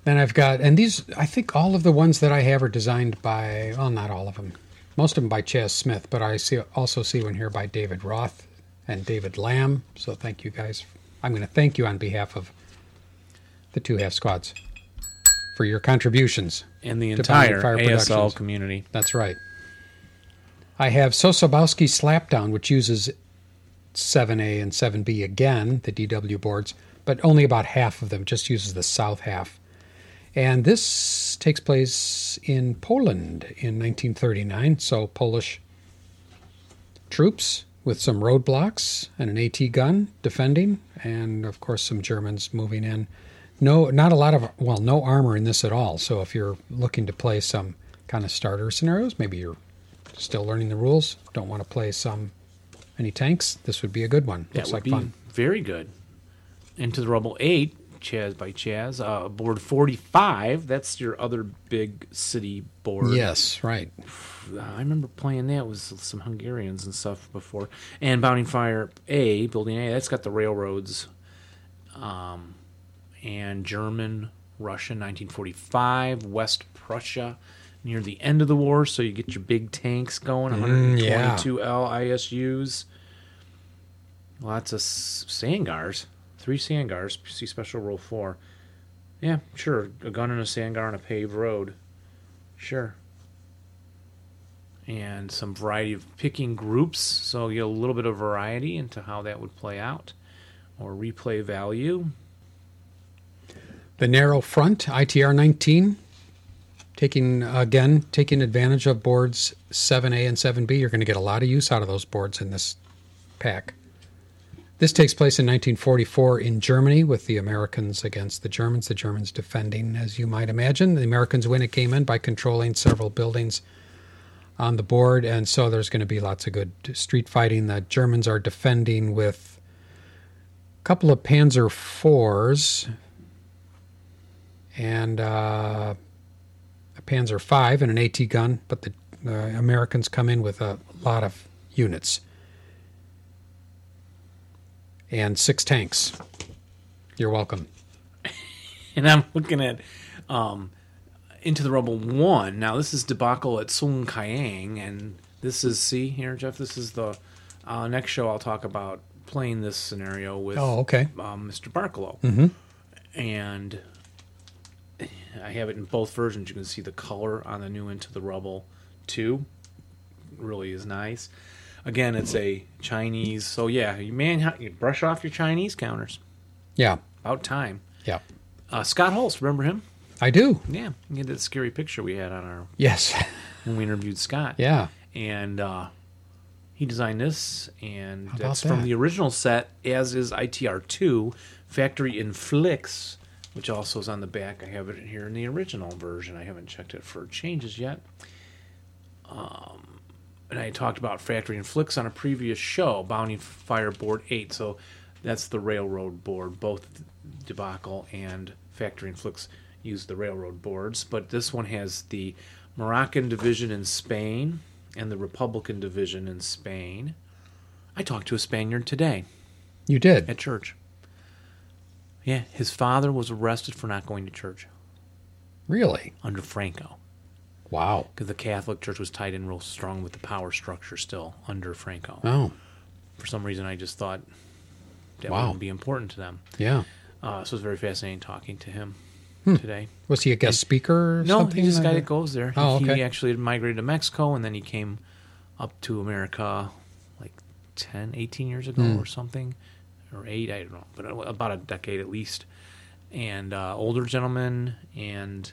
A: Then I've got, and these, I think all of the ones that I have are designed by, well, not all of them. Most of them by Chaz Smith, but I see also see one here by David Roth and David Lamb. So thank you guys. I'm going to thank you on behalf of the two half squads for your contributions.
B: And the
A: Divinely
B: entire
A: Fire
B: ASL
A: Productions.
B: community.
A: That's right. I have Sosobowski Slapdown, which uses 7A and 7B again, the DW boards, but only about half of them, just uses the south half. And this takes place in Poland in 1939, so Polish troops with some roadblocks and an AT gun defending, and of course some Germans moving in. No, not a lot of well, no armor in this at all. So if you're looking to play some kind of starter scenarios, maybe you're still learning the rules, don't want to play some any tanks, this would be a good one. Looks
B: That would
A: like
B: be
A: fun.
B: very good. Into the Rebel 8, Chaz by Chaz, uh, board 45. That's your other big city board.
A: Yes, right.
B: I remember playing that with some Hungarians and stuff before. And Bounding Fire A, Building A, that's got the railroads. Um, and German, Russian, 1945, West Prussia, near the end of the war. So you get your big tanks going, 122 LISUs. Lots of s- Sangars, three Sangars, see Special Rule 4. Yeah, sure. A gun and a Sangar on a paved road. Sure and some variety of picking groups. So you get a little bit of variety into how that would play out or replay value. (laughs)
A: The narrow front, ITR 19, taking again, taking advantage of boards 7A and 7B. You're going to get a lot of use out of those boards in this pack. This takes place in 1944 in Germany with the Americans against the Germans, the Germans defending, as you might imagine. The Americans win it came in by controlling several buildings on the board, and so there's going to be lots of good street fighting. The Germans are defending with a couple of Panzer IVs, and uh, a Panzer V and an AT gun, but the uh, Americans come in with a lot of units and six tanks. You're welcome.
B: And I'm looking at um, Into the Rubble 1. Now, this is debacle at Sung Kayang. And this is, see here, Jeff, this is the uh, next show I'll talk about playing this scenario with
A: Oh, okay.
B: um, Mr. Barkalow. And I have it in both versions. You can see the color on the new Into the Rubble 2. Really is nice. Again, it's a Chinese. So, yeah, you, man, you brush off your Chinese counters.
A: Yeah,
B: About time.
A: yeah,
B: Uh, Scott Holst, remember him?
A: I do.
B: Yeah, he had that scary picture we had on our
A: Yes,
B: when we interviewed Scott.
A: (laughs) yeah,
B: and uh, he designed this, and
A: about
B: that's from
A: that?
B: the original set, as is ITR2 Factory Inflicts, which also is on the back. I have it here in the original version. I haven't checked it for changes yet. Um, and I talked about Factory Inflicts on a previous show, Bounty Fire Board 8. So that's the railroad board. Both Debacle and Factory Inflicts use the railroad boards, but this one has the Moroccan division in Spain and the Republican division in Spain. I talked to a Spaniard today
A: you did.
B: at church. Yeah, his father was arrested for not going to church
A: Really?
B: under Franco
A: Wow.
B: because the Catholic Church was tied in real strong with the power structure still under Franco.
A: Oh,
B: For some reason, I just thought that
A: Wow.
B: wouldn't be important to them.
A: yeah.
B: Uh, so it was very fascinating talking to him today.
A: Was he a guest speaker or
B: No,
A: Hmm. something?
B: he's this
A: like
B: guy
A: that?
B: that goes there. He-
A: Oh,
B: He
A: okay.
B: actually had migrated to Mexico and then he came up to America like
A: Hmm.
B: uh, 10, 18 years ago or something, or eight, I don't know, but about a decade at least. and uh, older gentleman, and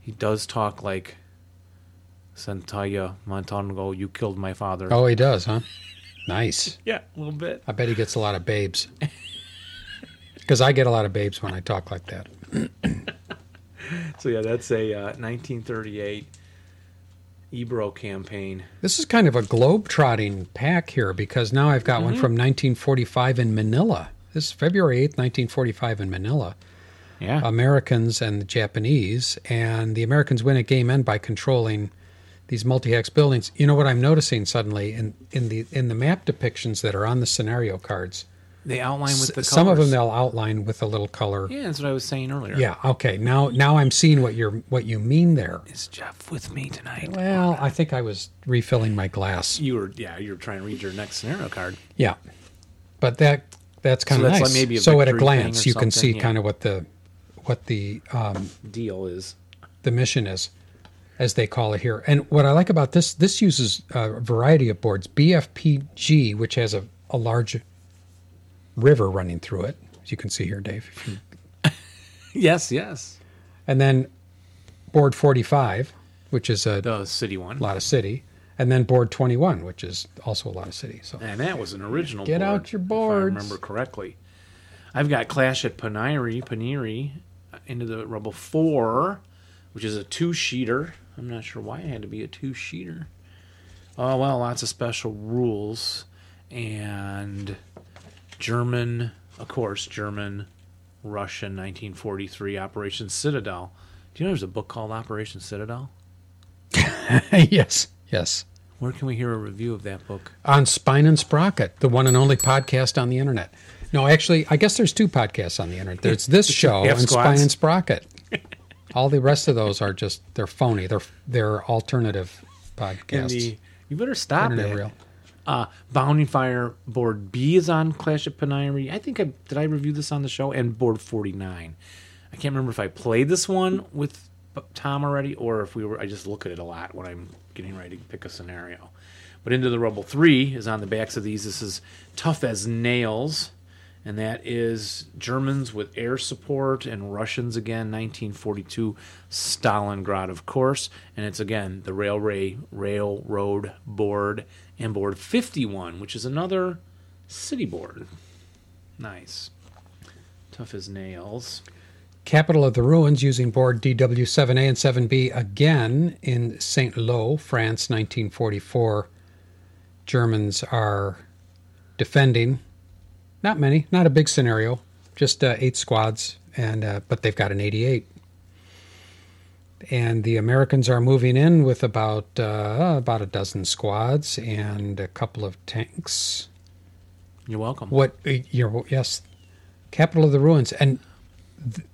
B: he does talk like Santaya Montango. You killed my father.
A: Oh, he does, huh? Nice.
B: Yeah, a little bit.
A: I bet he gets a lot of (laughs) babes. Because I get a lot of babes when I talk like that.
B: So yeah, that's a uh, 1938 Ebro campaign.
A: This is kind of a globe-trotting pack here because now I've got one
B: Mm-hmm.
A: from 1945 in Manila. This is February 8th, 1945 in Manila.
B: Yeah,
A: Uh, Americans and the Japanese, and the Americans win at game end by controlling these multi-hex buildings. You know what I'm noticing suddenly in, in the in the map depictions that are on the scenario cards.
B: they outline with the colors.
A: Some of them they'll outline with a little color.
B: Yeah, that's what I was saying earlier.
A: Yeah, okay. Now now I'm seeing what you're what you mean there.
B: is Jeff with me tonight?
A: Well, I think I was refilling my glass.
B: you were yeah, you were trying to read your next scenario card.
A: Yeah, but that that's kind of
B: that's like
A: nice.
B: maybe a
A: so at a
B: victory thing
A: glance,
B: or
A: you can see
B: something, yeah.
A: kind of what the what the um,
B: Deal
A: (laughs)
B: is
A: the mission is, as they call it here. And what I like about this, this uses a variety of boards. BFPG, which has a, a large river running through it, as you can see here, Dave. if
B: Hmm.
A: you-
B: yes, yes,
A: And then board 45, which is a
B: the city one,
A: lot of city, and then board 21, which is also a lot of city.
B: (laughs)
A: So
B: and that was an original.
A: Get
B: board,
A: out your
B: If I
A: boards.
B: remember correctly, I've got Clash at Paniri, Paniri, uh, into the Rebel Four, which is a two-sheeter. I'm not sure why it had to be a two-sheeter. Oh well, lots of special rules and German, of course, German, Russian, 1943 Operation Citadel. Do you know there's a book called Operation Citadel?
A: yes, yes.
B: Where can we hear a review of that book?
A: on Spine and Sprocket, the one and only podcast on the internet. No, actually, I guess there's two podcasts on the internet. There's this show
B: Half
A: and Spine
B: squats.
A: and Sprocket. All the rest of those are just they're phony. They're they're alternative
B: In
A: podcasts.
B: the, you better stop
A: internet
B: it.
A: reel.
B: Uh, Bounty Fire Board B is on Clash of Panayri. I think I did I review this on the show and Board Forty Nine. I can't remember if I played this one with B- Tom already or if we were. I just look at it a lot when I'm getting ready to pick a scenario. But Into the Rubble Three is on the backs of these. This is tough as nails, and that is Germans with air support and Russians again. 1942 Stalingrad, of course, and it's again the Railway Railroad Board and Board 51, which is another city board. Nice. Tough as nails.
A: Capital of the Ruins using board DW7A and 7B again in St. Lô, France, 1944. Germans are defending. Not many, not a big scenario, just uh, eight squads, and uh, but they've got an 88. And the Americans are moving in with about uh, about a dozen squads and a couple of tanks.
B: You're welcome.
A: What you're yes, capital of the ruins and th-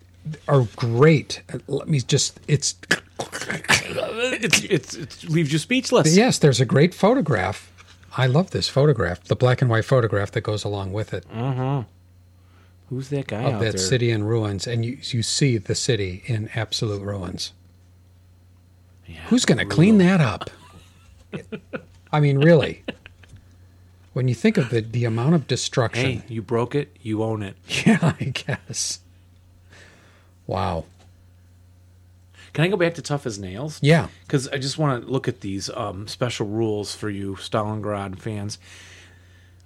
A: are great. Let me just it's
B: It's, it's, it leaves you speechless.
A: yes. There's a great photograph. I love this photograph, the black and white photograph that goes along with it
B: Who's that guy
A: of
B: Mm. out
A: that
B: there?
A: city in ruins, and you you see the city in absolute ruins.
B: Yeah,
A: Who's going to clean that up? I mean, really. When you think of the, the amount of destruction,
B: Hey, you broke it. You own it.
A: (laughs) yeah, I guess. Wow.
B: Can I go back to tough as nails?
A: Yeah.
B: because I just want to look at these um, special rules for you Stalingrad fans.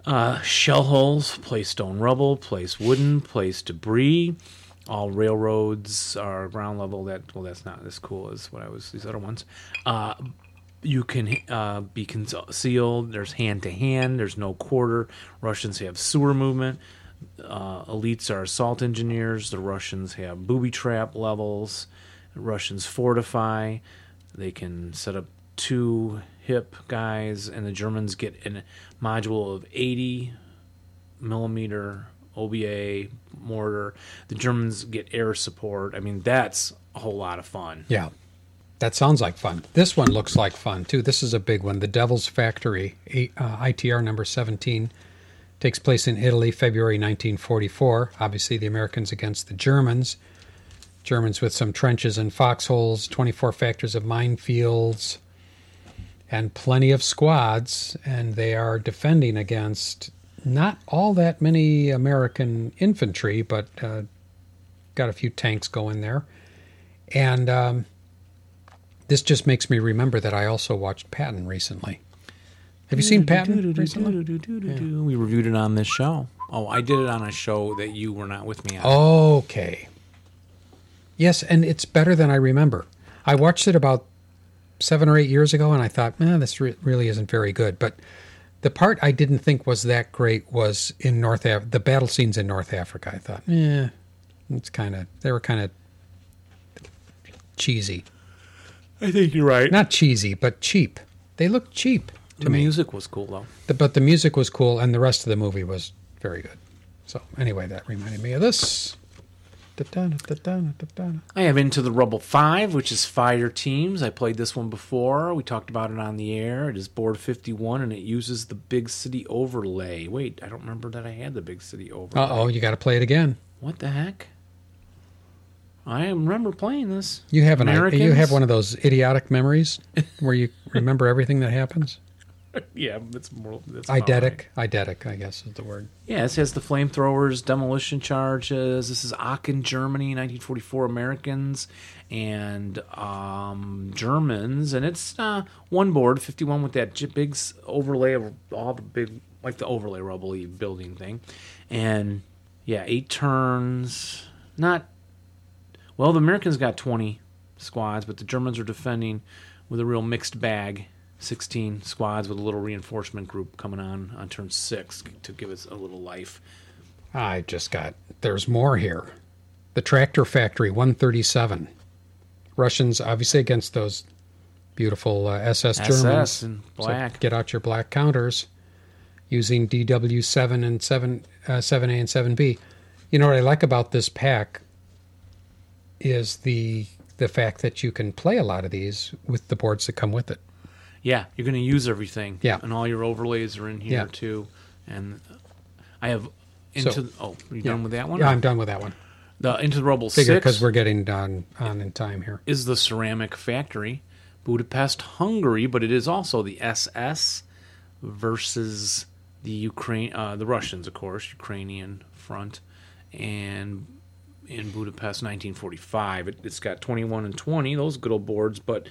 B: Uh, shell holes, place stone rubble, place wooden, place debris. All railroads are ground level. That well, that's not as cool as what I was. These other ones. Uh, you can uh, be concealed. There's hand to hand. There's no quarter. Russians have sewer movement. Uh, elites are assault engineers. The Russians have booby trap levels. Russians fortify. They can set up two hip guys, and the Germans get a module of 80 millimeter OBA mortar. The Germans get air support. I mean, that's a whole lot of fun.
A: Yeah. That sounds like fun. This one looks like fun too. This is a big one. The Devil's Factory, A- uh, ITR number 17, takes place in Italy, February 1944. Obviously, the Americans against the Germans. Germans with some trenches and foxholes, 24 factors of minefields, and plenty of squads. And they are defending against not all that many American infantry, but uh, got a few tanks going there, and um, this just makes me remember that I also watched Patton recently. Have you seen Patton recently?
B: We reviewed it on this show. Oh, I did it on a show that you were not with
A: Oh.
B: me on.
A: Okay. Yes, and it's better than I remember. I watched it about seven or eight years ago, and I thought, man, this re- really isn't very good. But the part I didn't think was that great was in North Af- the battle scenes in North Africa. I thought, yeah, it's kind of they were kind of cheesy,
B: I think you're right.
A: not cheesy, but cheap. They looked cheap to
B: the
A: me.
B: music was cool though.
A: The- but the music was cool, and the rest of the movie was very good. So anyway, that reminded me of this. Da-da-da, da-da-da, da-da-da.
B: I have Into the Rubble 5, which is Fire Teams. I played this one before. We talked about it on the air. It is Board 51 and it uses the Big City overlay. Wait, I don't remember that I had the Big City overlay.
A: Uh oh, you got to play it again.
B: What the heck? I remember playing this.
A: You have an
B: Americans?
A: you have one of those idiotic memories where
B: (laughs)
A: you remember everything that happens.
B: Yeah, it's more. That's about right.
A: Eidetic, eidetic, I guess is the word.
B: Yeah, this has the flamethrowers, demolition charges. This is Aachen, Germany, 1944 Americans and um, Germans. And it's uh, one board, 51, with that j- big s- overlay of all the big, like the overlay rubble building thing. And yeah, eight turns. Not, well, the Americans got 20 squads, but the Germans are defending with a real mixed bag. 16 squads with a little reinforcement group coming on on turn six to give us a little life.
A: I just got. There's more here. The tractor factory, 137. Russians, obviously, against those beautiful uh, SS,
B: SS
A: Germans.
B: and
A: So
B: black.
A: get out your black counters using DW7 and 7, uh, 7A and 7B. You know what I like about this pack is the the fact that you can play a lot of these with the boards that come with it.
B: Yeah, you're going to use everything.
A: Yeah.
B: and all your overlays are in here
A: Yeah.
B: too. And I have into
A: So-
B: the, oh, are you done with that one?
A: Yeah, I'm done with that one.
B: the into the rubble
A: Figure
B: six
A: because we're getting done on in time here.
B: is the ceramic factory, Budapest, Hungary, but it is also the SS versus the Ukraine, uh, the Russians, of course, Ukrainian front, and in Budapest, 1945. It, it's got 21 and 20, those good old boards, but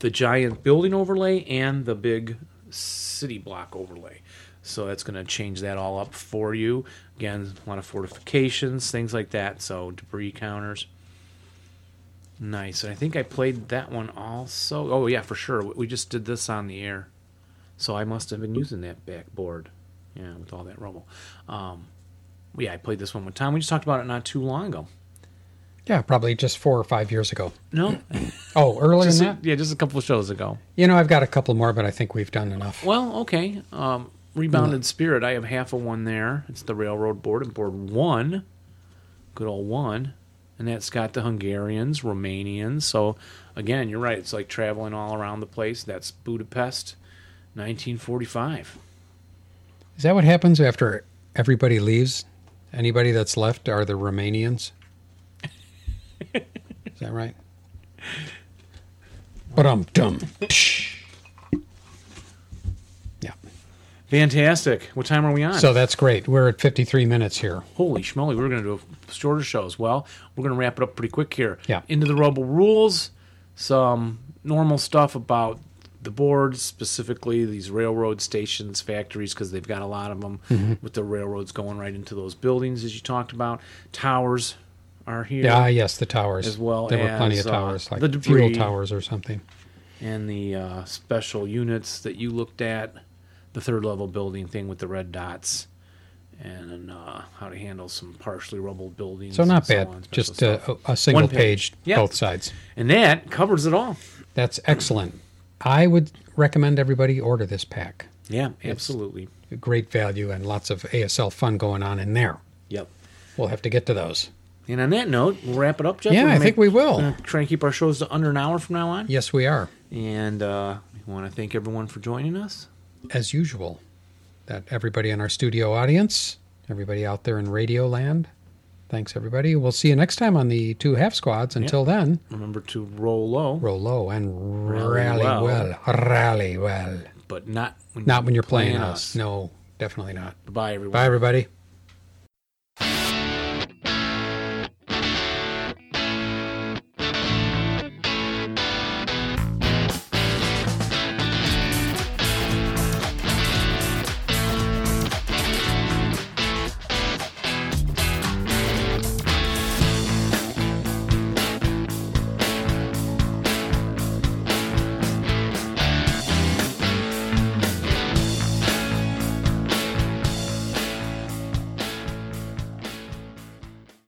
B: the giant building overlay and the big city block overlay. So that's going to change that all up for you. Again, a lot of fortifications, things like that. So debris counters. Nice. And I think I played that one also. Oh yeah, for sure. We- We just did this on the air, so I must have been using that backboard. Yeah, with all that rubble. Um, yeah, I played this one with Tom. We just talked about it not too long ago.
A: Yeah, probably just four or five years ago.
B: No,
A: Oh, earlier
B: just
A: than
B: a,
A: that?
B: yeah, just a couple of shows ago.
A: You know, I've got a couple more, but I think we've done enough.
B: Well, okay. Um, Rebounded Spirit. I have half of one there. It's the railroad board and board one. Good old one. And that's got the Hungarians, Romanians. So, again, you're right. It's like traveling all around the place. That's Budapest, 1945.
A: Is that what happens after everybody leaves? Anybody that's left are the Romanians? Is that right? But I'm dumb. Yeah.
B: Fantastic. What time are we on?
A: So that's great. We're at 53 minutes here.
B: Holy schmoly, we were going to do a shorter shows. Well, we're going to wrap it up pretty quick here.
A: Yeah.
B: Into the rubble rules, some normal stuff about the boards, specifically these railroad stations, factories, because they've got a lot of them
A: Mm-hmm.
B: with the railroads going right into those buildings, as you talked about. Towers are here.
A: Yeah, ah, yes, the towers.
B: As well
A: there were plenty
B: as,
A: of
B: uh,
A: towers, like
B: the
A: fuel
B: debris.
A: towers or something.
B: and the uh, special units that you looked at, the third level building thing with the red dots, and uh, how to handle some partially rubble buildings.
A: So not
B: and
A: bad.
B: on, special
A: Just uh,
B: stuff.
A: a, a a single page,
B: page. Yeah.
A: both sides.
B: and that covers it all.
A: That's excellent. I would recommend everybody order this pack.
B: Yeah, absolutely.
A: Great value and lots of ASL fun going on in there.
B: Yep.
A: We'll have to get to those.
B: And on that note, we'll wrap it up, Jeff.
A: Yeah,
B: We're
A: I
B: gonna
A: think we will.
B: gonna Try and keep our shows to under an hour from now on.
A: Yes, we are,
B: And uh, we want to thank everyone for joining us.
A: as usual. That everybody in our studio audience, everybody out there in Radio Land, thanks everybody. We'll see you next time on the two half squads. Until then,
B: Remember to roll low,
A: roll low and
B: Rally
A: rally
B: well.
A: well. Rally well.
B: but not when
A: Not when you're playing us. No, definitely not.
B: Bye, everyone.
A: Bye, everybody.